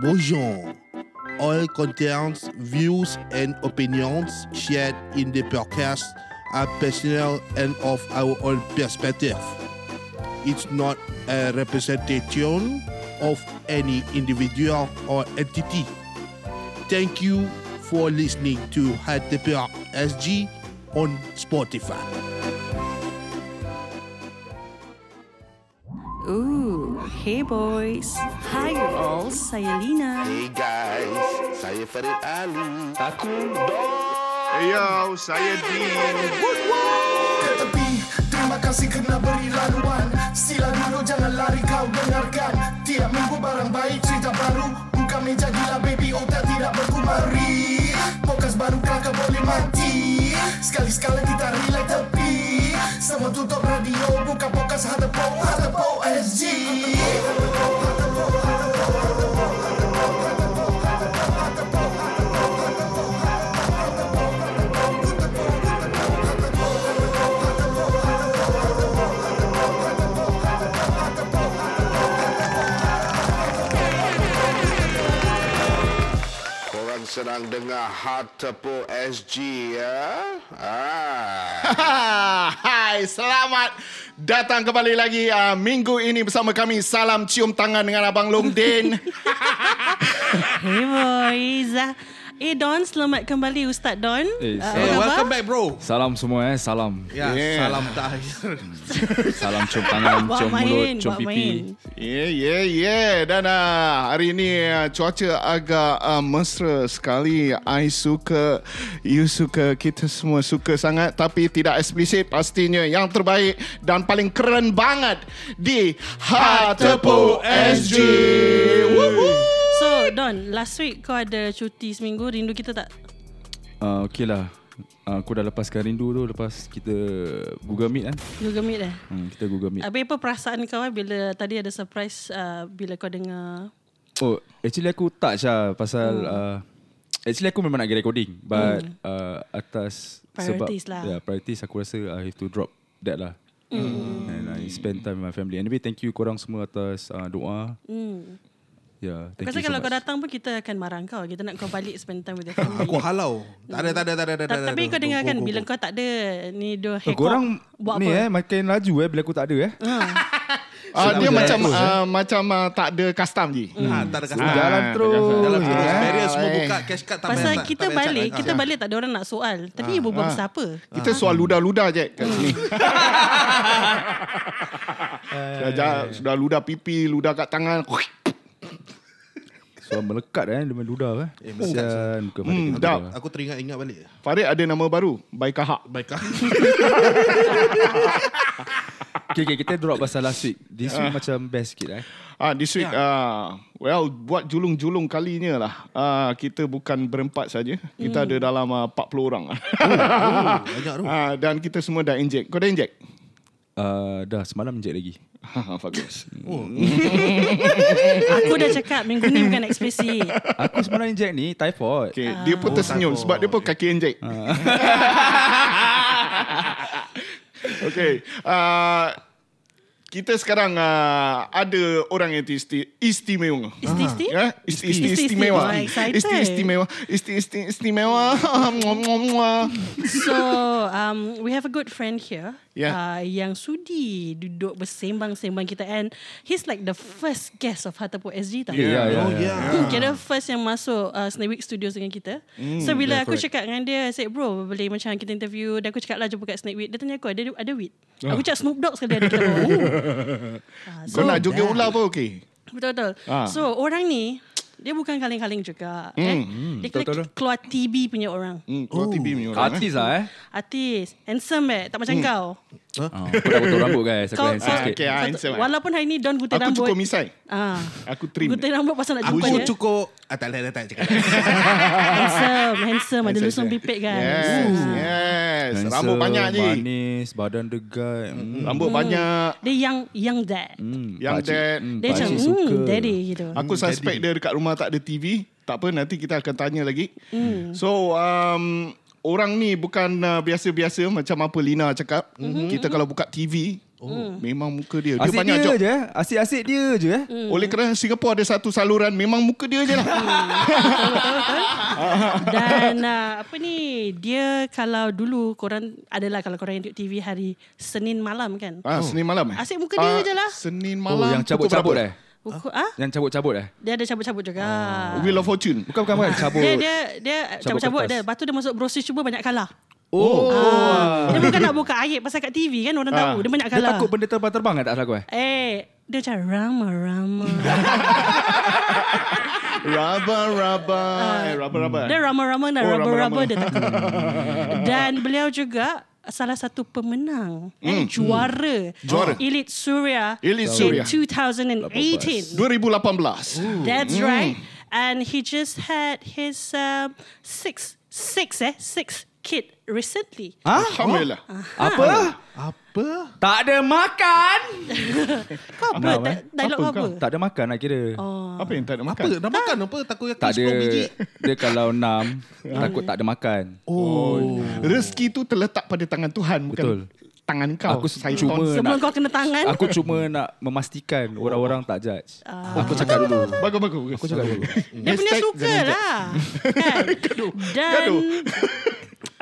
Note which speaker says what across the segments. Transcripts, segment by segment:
Speaker 1: Bonjour. All contains views and opinions shared in the podcast are personal and of our own perspective. It's not a representation of any individual or entity. Thank you for listening to HTPR SG on Spotify.
Speaker 2: Ooh, hey boys. Hi you all, saya Lina.
Speaker 3: Hey guys, saya Farid Ali. Aku
Speaker 4: Hey yo, saya Dean.
Speaker 5: ke tepi Terima kasih kerana beri laluan Sila dulu jangan lari kau dengarkan Tiap minggu barang baik cerita baru Buka meja gila baby otak tidak berkumari Pokas baru kakak boleh mati Sekali-sekala kita relay tepi Semua tutup radio buka pokas Hatepo Hatepo SG
Speaker 3: Korang sedang dengar Hard Tepu SG ya. Ah.
Speaker 4: Hai, selamat datang kembali lagi uh, minggu ini bersama kami. Salam cium tangan dengan Abang Long Din.
Speaker 2: Hey boys. Eh Don, selamat kembali Ustaz Don.
Speaker 6: Eh,
Speaker 2: Ah,
Speaker 6: selamat.
Speaker 2: apa
Speaker 7: Welcome
Speaker 2: khabar?
Speaker 7: back bro
Speaker 6: Salam semua eh, salam.
Speaker 7: Ya,
Speaker 4: Yeah.
Speaker 7: yeah. salam terakhir
Speaker 6: Salam cium tangan,
Speaker 2: Buat
Speaker 6: cium mulut,
Speaker 2: main,
Speaker 6: cium
Speaker 2: buat
Speaker 6: pipi.
Speaker 2: main.
Speaker 4: yeah, yeah, yeah. Dan uh, hari ini uh, cuaca agak uh, mesra sekali. I suka, you suka, kita semua suka sangat. Tapi tidak eksplisit pastinya. Yang terbaik dan paling keren banget di Hatepo SG. Woo-woo.
Speaker 2: So Don, last week kau ada cuti seminggu, rindu kita tak?
Speaker 6: Uh, okay lah. Uh, aku dah lepaskan rindu tu lepas kita Google Meet kan.
Speaker 2: Juga meet eh?
Speaker 6: Hmm, kita Google Meet.
Speaker 2: Habis apa perasaan kau eh, bila tadi ada surprise uh, bila kau dengar
Speaker 6: Oh, actually aku touch lah pasal...
Speaker 2: Hmm.
Speaker 6: Uh, actually aku memang nak get recording. But uh, atas
Speaker 2: Priorities
Speaker 6: sebab...
Speaker 2: lah.
Speaker 6: Yeah, priorities aku rasa I have to drop that lah. Mm.
Speaker 2: Hmm.
Speaker 6: And I spend time with my family. Anyway, thank you korang semua atas uh, doa. Mm. Yeah,
Speaker 2: Hmm. Aku
Speaker 6: thank
Speaker 2: rasa
Speaker 6: you so
Speaker 2: kalau
Speaker 6: much.
Speaker 2: kau datang pun kita akan marah kau. Kita nak kau balik spend time with your family.
Speaker 7: Aku halau Tak ada, tak ada, tak ada, tak ada.
Speaker 2: Ta- Tapi kau
Speaker 7: Go,
Speaker 2: dengar
Speaker 7: go,
Speaker 2: kan
Speaker 7: go,
Speaker 2: bila
Speaker 7: go.
Speaker 2: kau tak ada ni dua
Speaker 6: Oh,
Speaker 2: hekok.
Speaker 6: korang
Speaker 2: eh, buat
Speaker 6: ni
Speaker 2: apa?
Speaker 6: eh makin laju eh bila aku tak ada eh.
Speaker 4: Ah, dia
Speaker 6: Sudah
Speaker 4: macam
Speaker 6: terus, eh?
Speaker 4: uh, macam uh, tak ada custom je.
Speaker 1: Hmm.
Speaker 7: Ha, tak ada
Speaker 6: Ah,
Speaker 7: kasar
Speaker 6: jalan
Speaker 4: tak ada
Speaker 6: terus.
Speaker 4: kasar.
Speaker 7: Dalam
Speaker 6: Ah,
Speaker 7: terus Barrier
Speaker 4: eh.
Speaker 7: semua buka Cash card tak
Speaker 2: Pasal
Speaker 7: payah-
Speaker 2: kita
Speaker 7: tak payah Ah,
Speaker 2: balik,
Speaker 7: card.
Speaker 2: kita
Speaker 7: Ah.
Speaker 2: balik tak ada orang nak soal. Tapi ibu bangsa apa?
Speaker 4: Kita soal ludah-ludah je kat sini. Sudah jalan, sudah ludah pipi, ludah kat tangan.
Speaker 6: Suara melekat eh Dengan ludah eh
Speaker 7: Eh, melekat,
Speaker 6: Kesian Muka
Speaker 4: Hmm,
Speaker 6: hmm,
Speaker 4: sedap.
Speaker 1: Ah.
Speaker 7: Aku teringat-ingat balik
Speaker 4: Farid ada nama baru, Baika Hak.
Speaker 7: Baik
Speaker 6: okay, okay, kita drop pasal last week This week macam best sikit eh
Speaker 4: Ah, this week, ah, well, buat julung-julung kalinya lah. Ah, kita bukan berempat saja, kita ada dalam ah, 40 orang.
Speaker 7: Banyak
Speaker 1: oh.
Speaker 7: tu
Speaker 4: ah, dan kita semua dah injek. Kau dah injek?
Speaker 6: uh, Dah semalam injek lagi
Speaker 4: Ha, bagus.
Speaker 2: Aku dah cakap minggu ni bukan ekspresi.
Speaker 6: Aku semalam injek ni Typhoid okay.
Speaker 4: Okay, dia pun tersenyum sebab dia pun kaki injek.
Speaker 6: Ah.
Speaker 4: okay. Uh, kita sekarang uh, ada orang yang isti- istimewa.
Speaker 2: Isti-isti?
Speaker 7: Ah,
Speaker 4: Ya, isti- isti- istimewa.
Speaker 2: Isti- isti-
Speaker 4: Isti- Istimewa. Isti- isti- Istimewa. Mua, mua, mua.
Speaker 2: So, um, we have a good friend here
Speaker 4: Yeah.
Speaker 2: uh, yang sudi duduk bersembang-sembang kita and he's like the first guest of Hatapu SG tau.
Speaker 6: Ya, ya,
Speaker 7: Oh
Speaker 6: ya.
Speaker 7: yeah
Speaker 2: Kira first yang masuk uh, Snake Studios dengan kita
Speaker 7: Hmm,
Speaker 2: So bila aku cakap dengan dia I said bro Boleh macam kita interview Dan aku cakap lah Jumpa kat Snake Weed Dia tanya aku Ada ada weed
Speaker 7: Ah.
Speaker 2: Aku cakap Snoop Dogg sekali ada kita Oh. bawa. Ah, so,
Speaker 4: Kau nak joget ular pun okey.
Speaker 2: Betul-betul
Speaker 4: Ah.
Speaker 2: So orang ni Dia bukan kaling-kaling juga
Speaker 6: Hmm,
Speaker 2: eh? Dia kena
Speaker 6: betul-betul.
Speaker 2: keluar TB punya orang
Speaker 4: Hmm, keluar TV punya orang. eh.
Speaker 6: Artis lah eh
Speaker 2: Artis Handsome eh Tak macam kau
Speaker 6: oh, Aku dah potong rambut guys Aku
Speaker 2: Kau-
Speaker 6: Hmm. handsome
Speaker 2: kau-
Speaker 6: sikit
Speaker 4: Okay, ah, handsome. ah.
Speaker 2: Walaupun hari ni Don gutai
Speaker 4: Aku
Speaker 2: rambut
Speaker 4: cukup misai.
Speaker 2: ah.
Speaker 4: Aku trim.
Speaker 2: Gutai rambut pasal nak jumpa
Speaker 7: Aku
Speaker 2: dia
Speaker 7: cukup ah, Tak boleh tak cakap
Speaker 2: Handsome Handsome Ada lusung
Speaker 4: Handsome, handsome.
Speaker 2: pipit kan
Speaker 4: Yes, yes. Rambut
Speaker 6: Handsome,
Speaker 4: banyak je.
Speaker 6: Manis Badan degat hmm.
Speaker 4: Rambut banyak.
Speaker 2: Dia young young dad.
Speaker 6: Hmm,
Speaker 4: Yang
Speaker 6: pakcik-
Speaker 4: that-
Speaker 6: hmm,
Speaker 2: Dia macam
Speaker 6: pakcik suka.
Speaker 2: hmm, daddy gitu.
Speaker 4: Aku suspect dia dekat rumah tak ada TV. Tak apa, nanti kita akan tanya lagi.
Speaker 2: Hmm.
Speaker 4: Mm.
Speaker 2: Mhm.
Speaker 4: So, um, orang ni bukan uh, biasa-biasa macam apa Lina cakap. Mm-hmm. Kita kalau buka TV, Oh. Memang muka dia. Dia
Speaker 6: Asyik
Speaker 4: banyak
Speaker 6: dia
Speaker 4: job.
Speaker 6: je eh. Asyik-asyik dia je eh.
Speaker 2: Hmm.
Speaker 4: Oleh kerana Singapura ada satu saluran memang muka dia je lah.
Speaker 2: Dan uh, apa ni Dia kalau dulu Korang Adalah kalau korang tengok TV Hari Senin malam kan
Speaker 4: ah, Senin malam eh?
Speaker 2: Asyik muka dia je lah.
Speaker 4: Senin
Speaker 6: Oh,
Speaker 4: malam.
Speaker 6: yang
Speaker 4: pukul
Speaker 6: cabut-cabut
Speaker 4: berapa?
Speaker 6: eh.
Speaker 2: Buku, ah?
Speaker 6: Yang cabut-cabut eh.
Speaker 2: Dia ada cabut-cabut juga
Speaker 6: Ah.
Speaker 4: Wheel of Fortune.
Speaker 6: Bukan bukan bukan cabut.
Speaker 2: Dia dia dia
Speaker 6: Cabut
Speaker 2: cabut-cabut
Speaker 6: kertas.
Speaker 2: dia. Lepas tu dia masuk brosir cuba banyak kalah.
Speaker 6: Oh.
Speaker 2: Ah. Dia bukan nak buka aib pasal kat TV kan orang tahu. Dia banyak
Speaker 6: Dia
Speaker 2: kalah.
Speaker 6: takut benda terbang-terbang eh tak salah aku eh.
Speaker 2: Eh, dia macam rama-rama.
Speaker 4: Raba, raba. Eh, raba, raba.
Speaker 2: Ah. dia rama-rama dan
Speaker 4: Oh,
Speaker 2: raba-raba
Speaker 4: rama-rama.
Speaker 2: dia takut. Dan beliau juga salah satu pemenang eh, juara,
Speaker 4: Juara.
Speaker 2: Elite Suria
Speaker 4: Elite Suria.
Speaker 2: in 2018.
Speaker 4: 2018.
Speaker 2: That's right. And he just had his um, six, six eh, six kid recently.
Speaker 4: Ah, Alhamdulillah.
Speaker 6: Apa?
Speaker 1: Apa?
Speaker 6: Tak ada makan.
Speaker 2: Kau apa?
Speaker 6: Kenapa,
Speaker 2: Di-
Speaker 6: eh?
Speaker 2: Dialog
Speaker 4: Apa
Speaker 2: kau apa?
Speaker 6: Tak ada makan nak kira.
Speaker 2: Ah.
Speaker 4: Apa yang tak nak
Speaker 1: Apa?
Speaker 4: makan?
Speaker 1: Dah makan apa? Takoyaki
Speaker 6: Tak ada
Speaker 1: 10 biji.
Speaker 6: Dia kalau enam Takut tak ada makan
Speaker 1: Oh.
Speaker 4: Rezeki tu terletak pada tangan Tuhan bukan
Speaker 6: Betul.
Speaker 4: tangan kau.
Speaker 6: Aku
Speaker 4: Syaitan.
Speaker 6: cuma
Speaker 2: Sebelum
Speaker 6: nak
Speaker 2: kau kena tangan.
Speaker 6: Aku cuma nak memastikan Orang-orang tak judge Aku cakap dulu
Speaker 4: Bagus, bagus. bagus.
Speaker 6: Aku cakap dulu
Speaker 2: Dia punya
Speaker 4: Hashtag
Speaker 2: suka lah. Kan? Dan
Speaker 4: Gaduh.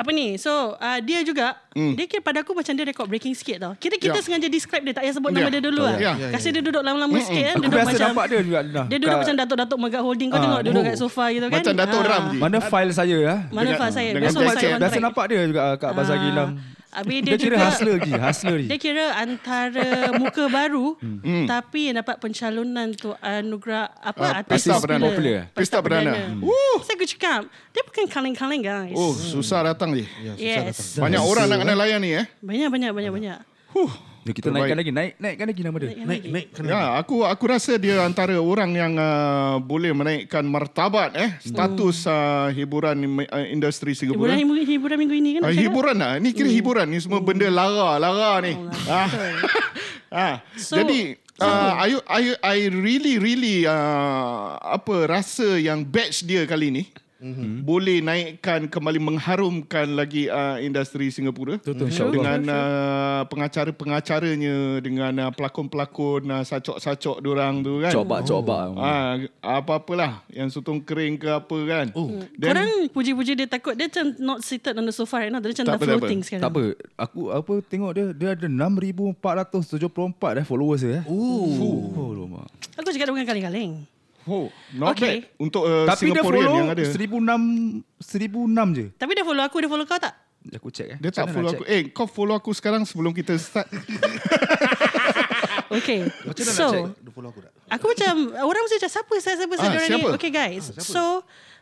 Speaker 2: apa ni? So uh, dia juga dia kira pada aku macam dia record breaking sikit tau. Kita kita
Speaker 4: Hmm. Ya.
Speaker 2: sengaja describe dia tak payah sebut nama
Speaker 4: Ya.
Speaker 2: dia dulu lah.
Speaker 4: Ya.
Speaker 2: Kasi dia duduk lama-lama sikit kan.
Speaker 6: Aku
Speaker 2: duduk
Speaker 6: biasa nampak dia juga Lina.
Speaker 2: Dia duduk
Speaker 6: Kat-
Speaker 2: macam datuk-datuk megak holding kau
Speaker 6: Ah,
Speaker 2: tengok duduk
Speaker 6: oh.
Speaker 2: kat sofa gitu kan.
Speaker 4: Macam Dato'
Speaker 2: Ah.
Speaker 4: Ram je.
Speaker 6: Mana file saya ah?
Speaker 2: Mana
Speaker 4: Dengan-
Speaker 2: faham saya?
Speaker 4: dengan
Speaker 2: Besok
Speaker 4: jacket.
Speaker 2: saya
Speaker 6: Biasa nampak dia juga ah, Kat Bazar
Speaker 2: Ah.
Speaker 6: Gilang
Speaker 2: Habis dia
Speaker 6: Dia kira
Speaker 2: juga-
Speaker 6: hustler lagi Hustler
Speaker 2: Dia
Speaker 6: lagi
Speaker 2: kira antara muka baru
Speaker 6: Hmm.
Speaker 2: tapi yang dapat pencalonan tu anugerah apa
Speaker 4: Hmm.
Speaker 2: uh,
Speaker 4: Ah, Pesta Perdana.
Speaker 6: Popular.
Speaker 4: Pesta Perdana. Hmm.
Speaker 2: Saya aku cakap dia bukan kaleng-kaleng guys.
Speaker 4: Oh, susah datang je.
Speaker 6: Ya.
Speaker 2: yes.
Speaker 4: Banyak orang nak kena layan ni eh.
Speaker 2: Banyak banyak banyak banyak.
Speaker 6: Dia Kita
Speaker 4: Terbaik.
Speaker 6: naikkan lagi Naik naikkan lagi nama dia
Speaker 1: Naik, naik. Kena.
Speaker 4: Ya, aku aku rasa dia antara orang yang uh, boleh menaikkan martabat eh
Speaker 6: Hmm.
Speaker 4: status uh, hiburan uh,
Speaker 2: Hiburan
Speaker 4: industri Singapura. Hiburan,
Speaker 2: hiburan, hiburan minggu ini kan.
Speaker 4: uh,
Speaker 2: cakap?
Speaker 4: hiburan lah. Ni kira hiburan ni semua benda lara, lara ni. Ah.
Speaker 2: Oh, lah, Betul.
Speaker 4: ah.
Speaker 2: So-
Speaker 4: Jadi uh, I, I I really really uh, apa rasa yang batch dia kali ni. Mm-hmm. boleh naikkan kembali mengharumkan lagi uh, industri Singapura
Speaker 6: Betul,
Speaker 4: Betul,
Speaker 6: insyaAllah.
Speaker 4: dengan uh, pengacara-pengacaranya dengan uh, pelakon-pelakon uh, sacok-sacok diorang tu kan
Speaker 6: Coba-coba
Speaker 4: Ah, apa-apalah yang sotong kering ke apa kan. Oh.
Speaker 2: Korang puji-puji dia takut dia macam not seated on the sofa right now. Dia macam
Speaker 4: Tak
Speaker 2: dah
Speaker 4: apa, tak
Speaker 2: floating
Speaker 4: apa.
Speaker 2: sekarang.
Speaker 6: Tak apa Aku apa tengok dia Dia ada 6,474 eh, followers dia eh. Oh lama.
Speaker 2: Aku cakap dia bukan kaleng-kaleng.
Speaker 4: oh, not
Speaker 2: Okay.
Speaker 4: okay. bad untuk uh,
Speaker 6: Tapi dia
Speaker 4: Singaporean
Speaker 6: follow
Speaker 4: yang ada.
Speaker 6: 1,006 1,006 je
Speaker 2: Tapi dia follow aku, dia follow kau tak?
Speaker 6: Aku check eh.
Speaker 4: Dia tak
Speaker 6: Macam mana
Speaker 4: follow
Speaker 6: nak
Speaker 4: aku.
Speaker 6: check?
Speaker 4: Eh, kau follow aku sekarang sebelum kita start.
Speaker 2: Okay.
Speaker 6: Macam mana nak
Speaker 2: so,
Speaker 6: check?
Speaker 7: Dia follow aku tak?
Speaker 2: Aku macam Orang mesti macam Siapa saya siapa saya
Speaker 4: Ah,
Speaker 2: ah,
Speaker 4: siapa?
Speaker 2: ni Okay guys ah, So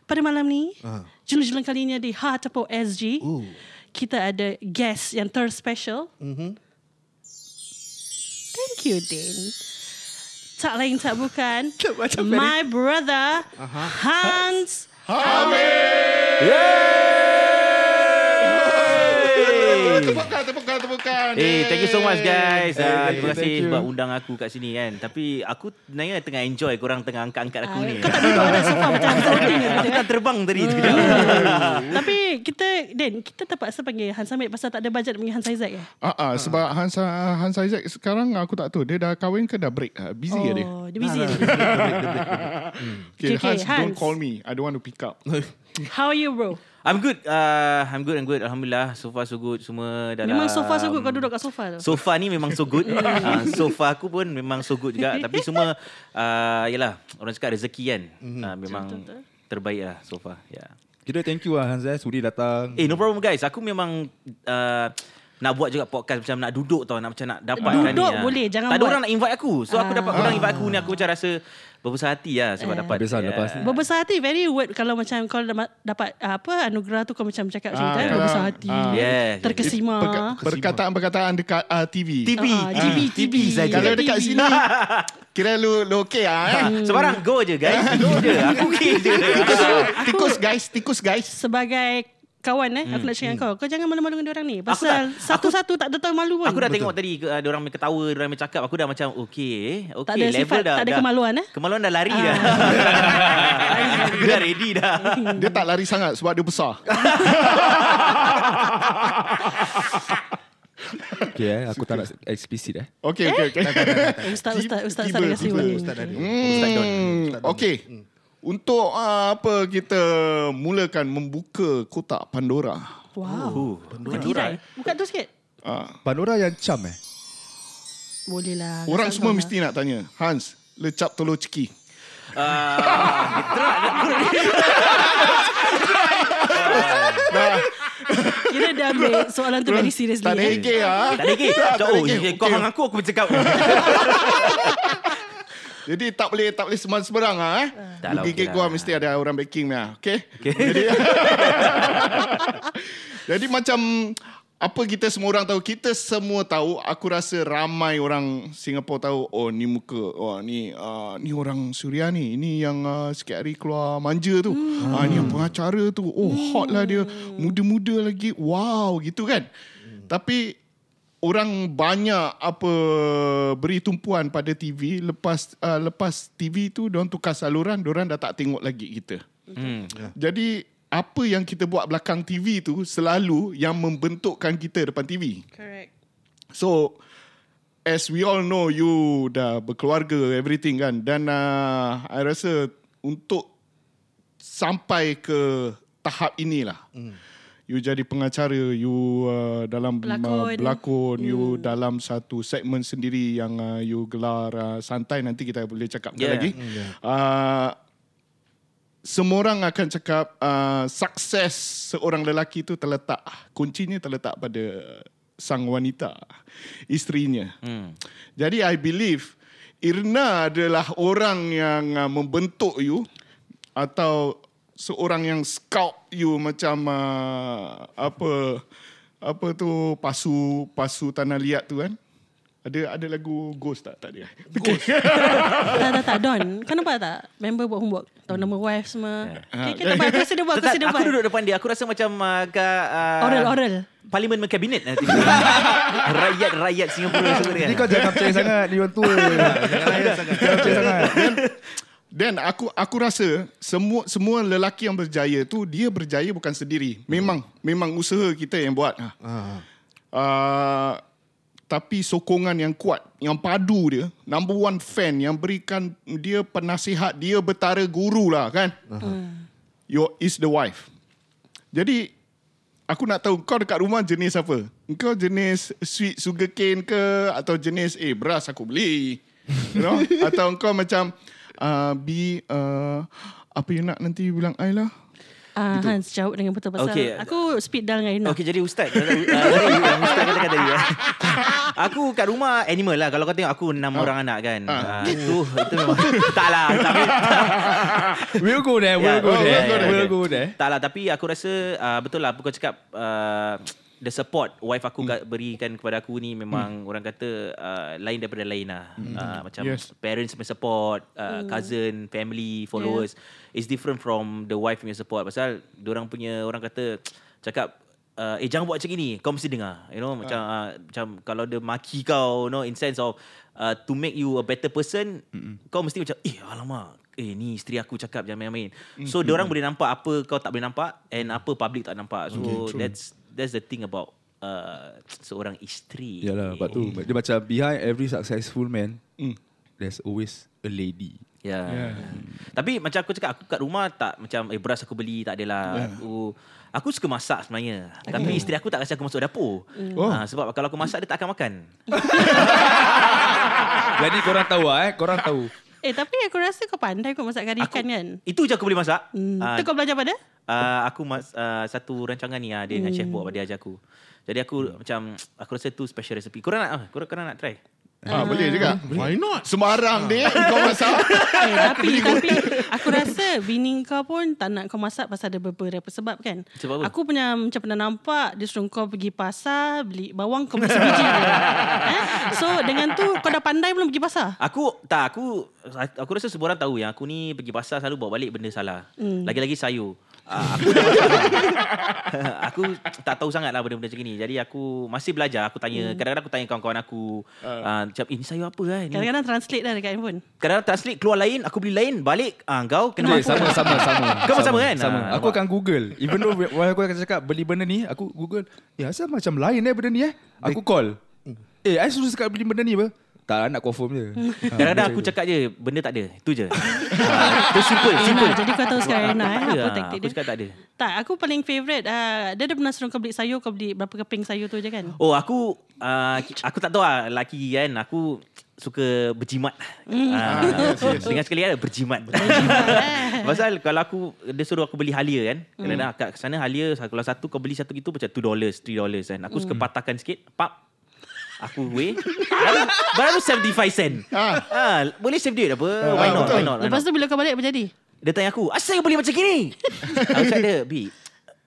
Speaker 2: Pada malam ni ah. Julung-julung kali ni Di Hatapo SG Ooh. Kita ada guest Yang ter special mm-hmm. Thank you Din Tak lain tak bukan My brother Hans
Speaker 4: tepukan, tepukan, tepukan.
Speaker 8: Hey, Eh, thank you so much guys. Hey, ah, terima
Speaker 6: thank
Speaker 8: kasih
Speaker 6: you.
Speaker 8: sebab undang aku kat sini kan. Tapi aku sebenarnya tengah enjoy korang tengah angkat-angkat aku ni.
Speaker 2: Kau tak duduk atas sofa Macam Hans Rodin
Speaker 8: aku tak terbang tadi sekejap.
Speaker 2: Tapi kita Din Kita terpaksa panggil Hans Hamid Pasal tak ada budget Panggil Hans Isaac ya
Speaker 4: Ah, ah, sebab Hans, Hans Isaac sekarang aku tak tahu. Dia dah kahwin ke dah break? Ah, busy ke dia?
Speaker 2: Oh, dia busy ya? dia busy.
Speaker 4: Okay,
Speaker 2: Okay, okay,
Speaker 4: Hans, don't
Speaker 2: Hans.
Speaker 4: call me. I don't want to pick up.
Speaker 2: How are you bro?
Speaker 8: I'm good. Uh, I'm good. I'm good. Alhamdulillah. So far so good semua dalam.
Speaker 2: Memang sofa so good Kau duduk kat sofa tu
Speaker 8: So far ni memang so good. uh, so far aku pun memang so good juga. Tapi semua uh, yalah orang cakap rezeki kan. Uh, memang terbaik lah so far. Yeah.
Speaker 6: Kita thank you lah Hanzai Sudi datang.
Speaker 8: Eh no problem guys. Aku memang uh, nak buat juga podcast macam nak duduk tau, nak macam nak dapat
Speaker 2: Duduk
Speaker 8: ah.
Speaker 2: boleh, jangan
Speaker 8: Tak ada
Speaker 2: buat. Ah.
Speaker 8: orang nak invite aku. So aku dapat orang invite aku ni aku macam rasa berbesar hati lah sebab
Speaker 2: Eh.
Speaker 8: dapat.
Speaker 6: Besar
Speaker 8: Yeah.
Speaker 6: lepas ni.
Speaker 2: Berbesar hati very word kalau macam kau dama- dapat uh, apa anugerah tu kau macam cakap macam
Speaker 4: Ah,
Speaker 2: ah, kan
Speaker 4: yeah.
Speaker 2: berbesar hati.
Speaker 4: Ah.
Speaker 8: Yes.
Speaker 2: Terkesima.
Speaker 4: Perka- Perkataan-perkataan dekat ah, TV.
Speaker 8: TV,
Speaker 2: Ah,
Speaker 8: TV,
Speaker 2: TV,
Speaker 8: TV
Speaker 2: TV.
Speaker 8: saja.
Speaker 4: Kalau
Speaker 2: TV.
Speaker 4: dekat sini, kira lu, lu okay lah. Eh?
Speaker 8: Sebarang go je guys. Go je. Aku okay je.
Speaker 4: Tikus guys, tikus guys.
Speaker 2: Sebagai kawan eh aku nak cakap dengan kau kau jangan malu-malu dengan orang ni pasal
Speaker 8: tak-
Speaker 2: satu-satu tak ada tahu malu pun.
Speaker 8: Aku dah tengok tadi uh, orang main ketawa, orang main cakap, aku dah macam okay, okay
Speaker 2: Tak ada
Speaker 8: level
Speaker 2: sifat,
Speaker 8: dah.
Speaker 2: tak ada
Speaker 8: dah-
Speaker 2: kemaluan, eh?
Speaker 8: Kemaluan dah lari dah. aku dah ready dah.
Speaker 4: Dia tak lari sangat sebab dia besar.
Speaker 6: Okay eh, aku tak nak explicit eh.
Speaker 4: Okay, okay, okay.
Speaker 2: Ustaz, ustaz, ustaz,
Speaker 4: Tiba,
Speaker 2: ustaz nak kasi
Speaker 4: tiba,
Speaker 2: warning.
Speaker 1: Ustaz tadi.
Speaker 8: Ustaz Don.
Speaker 4: Hmm, okay. Untuk ah, apa kita mulakan membuka kotak Pandora.
Speaker 2: Wow. Bukan tirai. Buka tu sikit.
Speaker 4: Ah,
Speaker 6: Pandora yang cam eh.
Speaker 2: Boleh lah.
Speaker 4: orang
Speaker 2: Kau
Speaker 4: semua
Speaker 2: tahu
Speaker 4: mesti nak tanya. Hans, lecap telur ceki.
Speaker 2: lah. Kira dah ambil soalan tu very seriously.
Speaker 4: Tak ada
Speaker 2: eh.
Speaker 4: ikir ah.
Speaker 8: Tak ada lagi. Oh,
Speaker 4: lagi.
Speaker 8: kau
Speaker 4: Okey.
Speaker 8: hang aku, aku bercakap.
Speaker 4: Jadi tak boleh tak boleh sembarang-sembarang ah eh.
Speaker 8: Tak lah,
Speaker 4: Pergi
Speaker 8: okey
Speaker 4: okay gua
Speaker 8: lah.
Speaker 4: mesti ada orang backing lah. Okey. Okay. Jadi Jadi macam apa kita semua orang tahu kita semua tahu aku rasa ramai orang Singapura tahu oh ni muka oh ni uh, ni orang Suria ni ini yang uh, sikit hari keluar manja tu hmm. ah ni yang pengacara tu oh hot lah dia muda-muda lagi wow gitu kan tapi orang banyak apa beri tumpuan pada TV lepas uh, lepas TV tu diorang tukar saluran diorang dah tak tengok lagi kita.
Speaker 8: Hmm.
Speaker 4: Jadi apa yang kita buat belakang TV tu selalu yang membentukkan kita depan TV.
Speaker 2: Correct.
Speaker 4: So as we all know you dah berkeluarga everything kan dan uh, I rasa untuk sampai ke tahap inilah. Mm. You jadi pengacara, you uh, dalam
Speaker 2: Pelakon.
Speaker 4: uh, berlakon, mm. you dalam satu segmen sendiri yang uh, you gelar uh, santai nanti kita boleh cakap yeah.
Speaker 8: Yeah.
Speaker 4: lagi. Mm, yeah. uh, semua orang akan cakap uh, sukses seorang lelaki itu terletak kuncinya terletak pada sang wanita isterinya. Hmm. Jadi I believe Irna adalah orang yang uh, membentuk you atau seorang yang scout you macam uh, apa apa tu pasu pasu tanah liat tu kan? Ada ada lagu Ghost tak tak dia?
Speaker 2: tak, tak, tak. Don, kau nampak tak? Member buat homework. Tahu nama wife semua. Okay, okay, tak apa. Aku sedia buat, aku
Speaker 8: Tak,
Speaker 2: sedia
Speaker 8: aku
Speaker 2: buat.
Speaker 8: duduk depan dia. Aku rasa macam agak... Uh,
Speaker 2: Oral, oral.
Speaker 8: Parlimen mengkabinet nanti. Rakyat-rakyat Singapura semua dia.
Speaker 6: Jadi kau jangan percaya sangat Ni orang tua Jangan percaya sangat
Speaker 4: Dan aku aku rasa semua semua lelaki yang berjaya tu dia berjaya bukan sendiri. Memang memang usaha kita yang buat. Ha. Uh, tapi sokongan yang kuat, yang padu dia, number one fan yang berikan dia penasihat, dia bertara guru lah kan. Your is the wife. Jadi aku nak tahu kau dekat rumah jenis apa? Kau jenis sweet sugar cane ke atau jenis eh beras aku beli. You know? atau kau macam uh, be uh, apa you nak nanti bilang I lah.
Speaker 2: Ah, Hans, jawab dengan betul pasal.
Speaker 8: Okay.
Speaker 2: Aku speed down dengan Irna.
Speaker 8: Okey jadi ustaz. Ah, Tadi yang ustaz kata tadi. ya. Aku kat rumah animal lah. Kalau kau tengok aku enam orang anak kan. Ah, Itu itu memang tak lah. Tapi
Speaker 6: We'll go there We'll
Speaker 8: Yeah,
Speaker 6: go
Speaker 8: okay,
Speaker 6: there
Speaker 8: okay, okay.
Speaker 6: Oh, We'll go there
Speaker 8: Tak lah tapi aku rasa uh, betul lah apa kau cakap uh, the support wife aku hmm. berikan kepada aku ni memang
Speaker 6: Hmm.
Speaker 8: orang kata uh, lain daripada lain lah. Hmm. Uh, macam yes.
Speaker 4: Yes.
Speaker 8: parents punya support, uh, cousin, family, followers yeah. is different from the wife punya support pasal orang punya orang kata cakap Uh, eh jangan buat macam ni kau mesti dengar you know macam uh, macam kalau dia maki kau you know in sense of uh, to make you a better person mm kau mesti macam eh alamak eh ni isteri aku cakap jangan main-main so dia orang boleh nampak apa kau tak boleh nampak and apa public tak nampak so that's that's the thing about uh, seorang isteri
Speaker 6: Yalah But tu Dia macam Behind every successful man There's always A lady
Speaker 8: Ya. Yeah. Tapi macam aku cakap aku kat rumah tak macam eh beras aku beli tak adalah. Yeah. Aku aku suka masak sebenarnya. Tapi isteri aku tak kasi aku masuk dapur. Oh. Ha, sebab kalau aku masak dia tak akan makan.
Speaker 6: Jadi korang tahu lah eh Korang tahu
Speaker 2: Eh, tapi aku rasa kau pandai kau masak kari
Speaker 8: Aku-
Speaker 2: ikan kan?
Speaker 8: Itu je aku boleh masak.
Speaker 2: Hmm.
Speaker 8: Ah,
Speaker 2: Tu kau belajar pada?
Speaker 8: Uh, aku mas, uh, satu rancangan ni uh, dia dengan chef buat dia ajar aku. Jadi
Speaker 2: Hmm.
Speaker 8: aku macam aku rasa tu special recipe. Korang nak ah, korang, korang nak try?
Speaker 4: Ah, boleh Ah. juga.
Speaker 1: Why not?
Speaker 4: Sembarang dia kau masak.
Speaker 2: Eh, tapi tapi aku rasa bini kau pun tak nak kau masak pasal ada beberapa sebab kan.
Speaker 8: Sebab apa?
Speaker 2: Aku punya macam pernah nampak dia suruh kau pergi pasar beli bawang kau beli sebiji. eh? So dengan tu kau dah pandai belum pergi pasar?
Speaker 8: Aku tak aku aku rasa semua orang tahu yang aku ni pergi pasar selalu bawa balik benda salah.
Speaker 2: Hmm.
Speaker 8: Mm. Lagi-lagi sayur. Ah, aku, tak macam- aku tak tahu sangat lah benda-benda macam ni. Jadi aku masih belajar. Aku
Speaker 2: Hmm.
Speaker 8: tanya, kadang-kadang aku tanya kawan-kawan aku.
Speaker 6: Ah.
Speaker 8: Uh. macam, eh ni sayur apa kan? Kadang-kadang,
Speaker 2: Kadang-kadang translate dah dekat handphone.
Speaker 8: translate keluar lain, aku beli lain, balik. Ah, kau kena
Speaker 6: Betul, Eh,
Speaker 8: mampu.
Speaker 6: sama, sama, sama.
Speaker 8: Kau pun sama kan?
Speaker 6: Sama.
Speaker 8: Ah,
Speaker 6: Aku
Speaker 8: nampak.
Speaker 6: akan Google. Even
Speaker 2: Hmm.
Speaker 6: though wife aku akan cakap beli benda ni, aku Google. Eh, asal macam lain eh benda ni eh? Aku call. Eh, I suruh cakap beli benda ni apa? Tak, I nak confirm je. Ha,
Speaker 8: Kadang-kadang
Speaker 6: macam
Speaker 8: aku
Speaker 6: tu.
Speaker 8: cakap je Benda tak ada Itu je ha, Itu simple Simple
Speaker 2: Nah, jadi kau tahu sekarang Rena eh,
Speaker 8: Tak ada
Speaker 2: apa
Speaker 8: lah.
Speaker 2: taktik
Speaker 8: Aku
Speaker 2: dia.
Speaker 8: cakap tak ada
Speaker 2: Tak, aku paling favourite. Uh, dia ada pernah suruh kau beli sayur, kau beli berapa keping sayur tu je kan?
Speaker 8: Oh aku uh, Aku tak tahu lah Laki kan Aku suka berjimat
Speaker 2: Hmm.
Speaker 8: mm. Dengan sekali kan berjimat,
Speaker 2: eh.
Speaker 8: Pasal kalau aku Dia suruh aku beli halia kan
Speaker 2: Hmm.
Speaker 8: Kadang-kadang kat sana halia Kalau satu kau beli satu gitu Macam $2 $3 kan Aku suka
Speaker 2: Hmm.
Speaker 8: patahkan sikit Pap Aku weigh baru, baru 75 sen ah. Boleh save duit apa Why not, why not, why not?
Speaker 2: Lepas tu bila kau balik apa jadi?
Speaker 8: Dia tanya aku, asal kau boleh macam gini? aku cakap dia, B,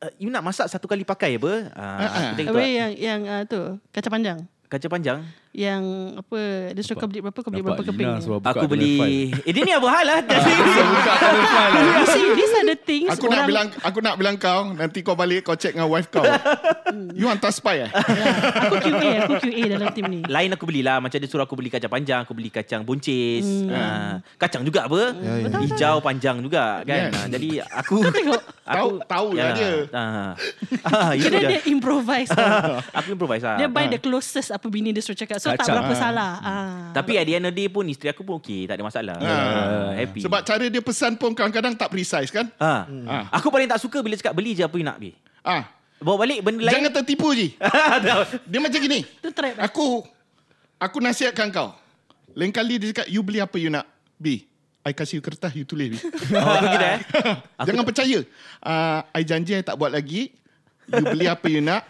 Speaker 8: uh, you nak masak satu kali pakai apa? Uh, aku cakap gitu
Speaker 2: Apa
Speaker 8: lah.
Speaker 2: yang yang uh, tu, kacang panjang.
Speaker 8: Kaca panjang.
Speaker 2: Yang apa, dia suruh kau beli berapa, kau beli
Speaker 6: Nampak
Speaker 2: berapa keping.
Speaker 6: Lina sebab Oh, buka
Speaker 8: aku
Speaker 6: dalam file.
Speaker 8: beli... Eh, dia ni apa hal lah?
Speaker 6: Buka dalam file lah.
Speaker 2: Ah, You see, these are the things
Speaker 4: Aku nak bilang aku nak bilang kau nanti kau balik kau check dengan wife kau. you hantar spy eh?
Speaker 2: Ya, aku QA, aku QA dalam tim ni.
Speaker 8: Lain aku belilah. Macam dia suruh aku beli kacang panjang. Aku beli kacang boncis. Uh, kacang juga apa? Hijau panjang juga
Speaker 4: Yes.
Speaker 8: kan? Ah, jadi aku...
Speaker 2: tengok.
Speaker 8: aku-
Speaker 4: Tahu- tahu lah dia.
Speaker 8: Ah, Ah, itu
Speaker 2: Kira
Speaker 8: dia.
Speaker 2: dia improvise tau.
Speaker 8: aku improvise lah.
Speaker 2: Dia buy the closest apa bini dia suruh cakap. So tak
Speaker 6: Kacang.
Speaker 2: berapa salah. Ah.
Speaker 8: Tapi at the end of the day pun isteri aku pun okey. Tak ada masalah. Ah, happy.
Speaker 4: Sebab cara dia pesan pun kadang-kadang tak precise kan?
Speaker 8: Ha.
Speaker 4: Ah.
Speaker 8: Aku paling tak suka bila cakap beli je apa you nak be.
Speaker 4: Ah.
Speaker 8: Bawa balik benda lain.
Speaker 4: Jangan tertipu je. dia macam gini.
Speaker 2: Itu trap. eh?
Speaker 4: Aku aku nasihatkan kau. Lain kali dia cakap you beli apa you nak. B. I kasih you kertas you tulis B.
Speaker 8: Oh, aku kira eh. Aku
Speaker 4: Jangan percaya. Uh, I janji I tak buat lagi. You beli apa you nak.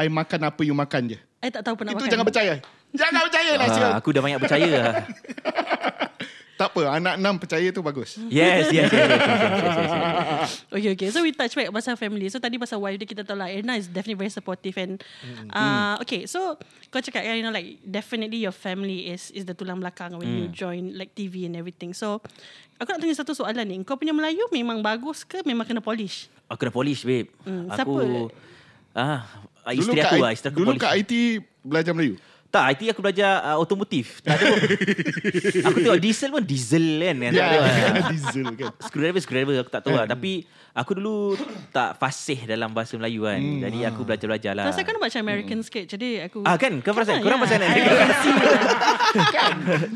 Speaker 4: I makan apa you makan je.
Speaker 2: I Eh, tak tahu pun nak
Speaker 4: Itu
Speaker 2: makan.
Speaker 4: jangan percaya. Jangan percaya lah
Speaker 8: Ah,
Speaker 4: Syul.
Speaker 8: aku dah banyak percaya lah.
Speaker 4: Tak apa. Anak enam percaya tu bagus.
Speaker 8: Yes, yes, yes. yes, yes, yes, yes, yes, yes.
Speaker 2: Okay, okay. So we touch back pasal family. So tadi pasal wife dia kita tahu lah. Erna is definitely very supportive and uh, okay. So kau cakap kan, you know like definitely your family is is the tulang belakang when
Speaker 8: Mm.
Speaker 2: you join like TV and everything. So aku nak tanya satu soalan ni. Kau punya Melayu memang bagus ke memang kena polish?
Speaker 8: Aku dah polish, babe.
Speaker 2: Hmm,
Speaker 8: aku... Ah,
Speaker 4: Dulu
Speaker 8: isteri
Speaker 4: kat
Speaker 8: aku
Speaker 4: I-
Speaker 8: lah. Isteri aku
Speaker 4: Dulu
Speaker 8: polish.
Speaker 4: kat IT belajar Melayu.
Speaker 8: tak, IT aku belajar uh, automotif. Tak ada pun. aku tengok diesel pun diesel kan. kan? Tak ada lah.
Speaker 4: Ya, Diesel kan. Hmm.
Speaker 8: Screwdriver, screwdriver aku tak tahu lah. Tapi aku dulu tak fasih dalam bahasa Melayu kan.
Speaker 4: Hmm.
Speaker 8: Jadi aku
Speaker 4: Ah.
Speaker 8: belajar-belajar lah.
Speaker 2: Pasal kan macam American sikit. Jadi aku lah.
Speaker 8: Ah kan, kau perasan?
Speaker 2: ya.
Speaker 8: Korang perasan kan?
Speaker 6: Yo,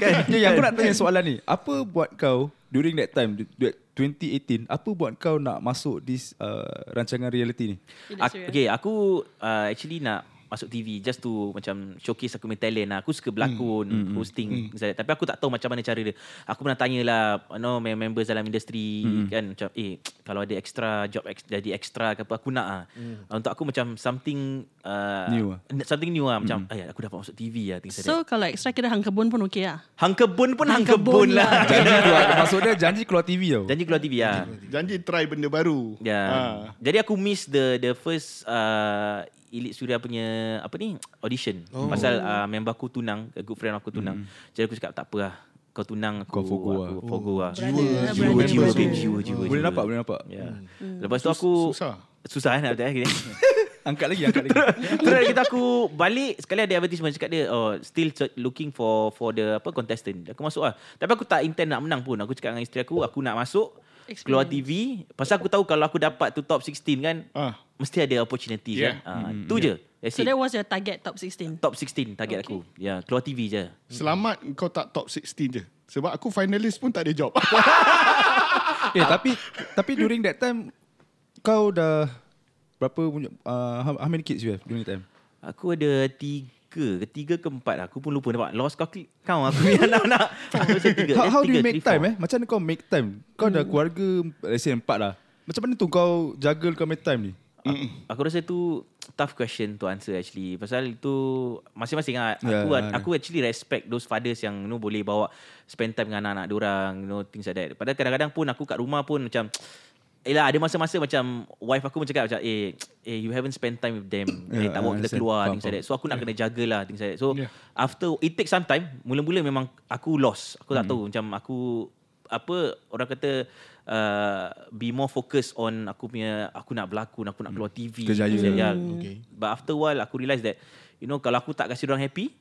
Speaker 6: yang Ya, aku nak tanya soalan ni. Apa buat kau during that time, du- du- 2018, apa buat kau nak masuk this uh, rancangan reality ni?
Speaker 8: Aku, okay, aku uh, actually nak masuk TV just to macam showcase aku punya talent lah. Aku suka
Speaker 6: Hmm.
Speaker 8: berlakon, mm, hosting mm. misalnya. Tapi aku tak tahu macam mana cara dia. Aku pernah tanyalah you know, my members dalam industri
Speaker 6: Hmm,
Speaker 8: mm. kan macam eh kalau ada extra job ex, jadi extra ke apa aku nak ah. Mm. Untuk aku macam something uh,
Speaker 6: New ah.
Speaker 8: something new ah macam ayat aku dapat masuk TV lah things like that.
Speaker 2: So kalau extra kira hang kebun pun okey lah.
Speaker 8: Hang kebun pun hang
Speaker 2: Hang kebun
Speaker 8: kebun lah.
Speaker 6: Janji keluar, maksud dia janji keluar TV tau.
Speaker 8: Janji keluar TV lah.
Speaker 4: Janji try benda baru. Ah,
Speaker 8: Ya. Yeah.
Speaker 6: Ah.
Speaker 8: Jadi aku miss the the first uh, Elite Suria punya apa ni audition. Oh. Pasal uh, member aku tunang, a good friend aku tunang. Mm. Jadi aku cakap tak apa lah. Kau tunang
Speaker 6: Hmm.
Speaker 8: aku
Speaker 6: Kau forgo lah."
Speaker 8: aku forgo lah.
Speaker 2: Brother,
Speaker 8: Jiwa
Speaker 2: brother,
Speaker 8: jiwa
Speaker 2: brother.
Speaker 8: babe, jiwa jiwa.
Speaker 6: Boleh
Speaker 8: jiwa.
Speaker 6: nampak, boleh nampak. Hmm.
Speaker 8: Ya. Lepas tu aku
Speaker 4: Susah.
Speaker 8: Susah kan nak kata
Speaker 6: Angkat lagi, angkat lagi.
Speaker 8: Terus kita aku balik sekali ada advertisement cakap dia oh, still ch- looking for for the apa contestant. Aku masuk lah. Tapi aku tak intend nak menang pun. Aku cakap dengan isteri aku aku nak masuk
Speaker 2: Experience.
Speaker 8: keluar TV pasal aku tahu kalau aku dapat tu top 16 kan
Speaker 4: Ah.
Speaker 8: mesti ada opportunity
Speaker 4: Yeah.
Speaker 8: yeah. kan. Ah,
Speaker 6: Mm-hmm.
Speaker 8: tu je. That's
Speaker 2: So
Speaker 8: it.
Speaker 2: that was your target top 16.
Speaker 8: Top 16 target okay. aku. Ya, yeah, keluar TV je.
Speaker 4: Selamat kau tak top 16 je. Sebab aku finalist pun tak ada job.
Speaker 6: eh, tapi tapi during that time, kau dah berapa punya, uh, how, how many kids you have during that time?
Speaker 8: Aku ada tiga, tiga ke empat. Aku pun lupa nampak. Lost kau kau aku punya anak-anak. Aku rasa tiga.
Speaker 6: How,
Speaker 8: Eh,
Speaker 6: how do you
Speaker 8: tiga,
Speaker 6: make
Speaker 8: three,
Speaker 6: time
Speaker 8: four.
Speaker 6: eh? Macam mana kau make time? Kau dah keluarga, let's say empat lah. Macam mana tu kau juggle kau make time ni?
Speaker 8: Aku, aku rasa tu tough question to answer actually. Pasal itu masing-masing lah.
Speaker 6: Ya,
Speaker 8: Aku,
Speaker 6: ya.
Speaker 8: aku actually respect those fathers yang you know, boleh bawa spend time dengan anak-anak diorang. You know, things like that. Padahal kadang-kadang pun aku kat rumah pun macam... Yelah ada masa-masa macam wife aku pun cakap macam eh, eh you haven't spend time with them. Eh,
Speaker 6: Ya,
Speaker 8: tak bawa
Speaker 6: I
Speaker 8: kita
Speaker 6: understand.
Speaker 8: keluar
Speaker 6: Faham,
Speaker 8: things like that. So aku
Speaker 6: Ya.
Speaker 8: nak kena jaga lah things like that. So yeah. after it takes some time, mula-mula memang aku lost. Aku
Speaker 6: Hmm.
Speaker 8: tak tahu macam aku apa orang kata uh, be more focused on aku punya aku nak berlakon, aku nak keluar TV.
Speaker 6: Hmm. Kerjaya. Hmm.
Speaker 8: things like that.
Speaker 1: Okay.
Speaker 8: But after a while aku realise that you know kalau aku tak kasi orang happy,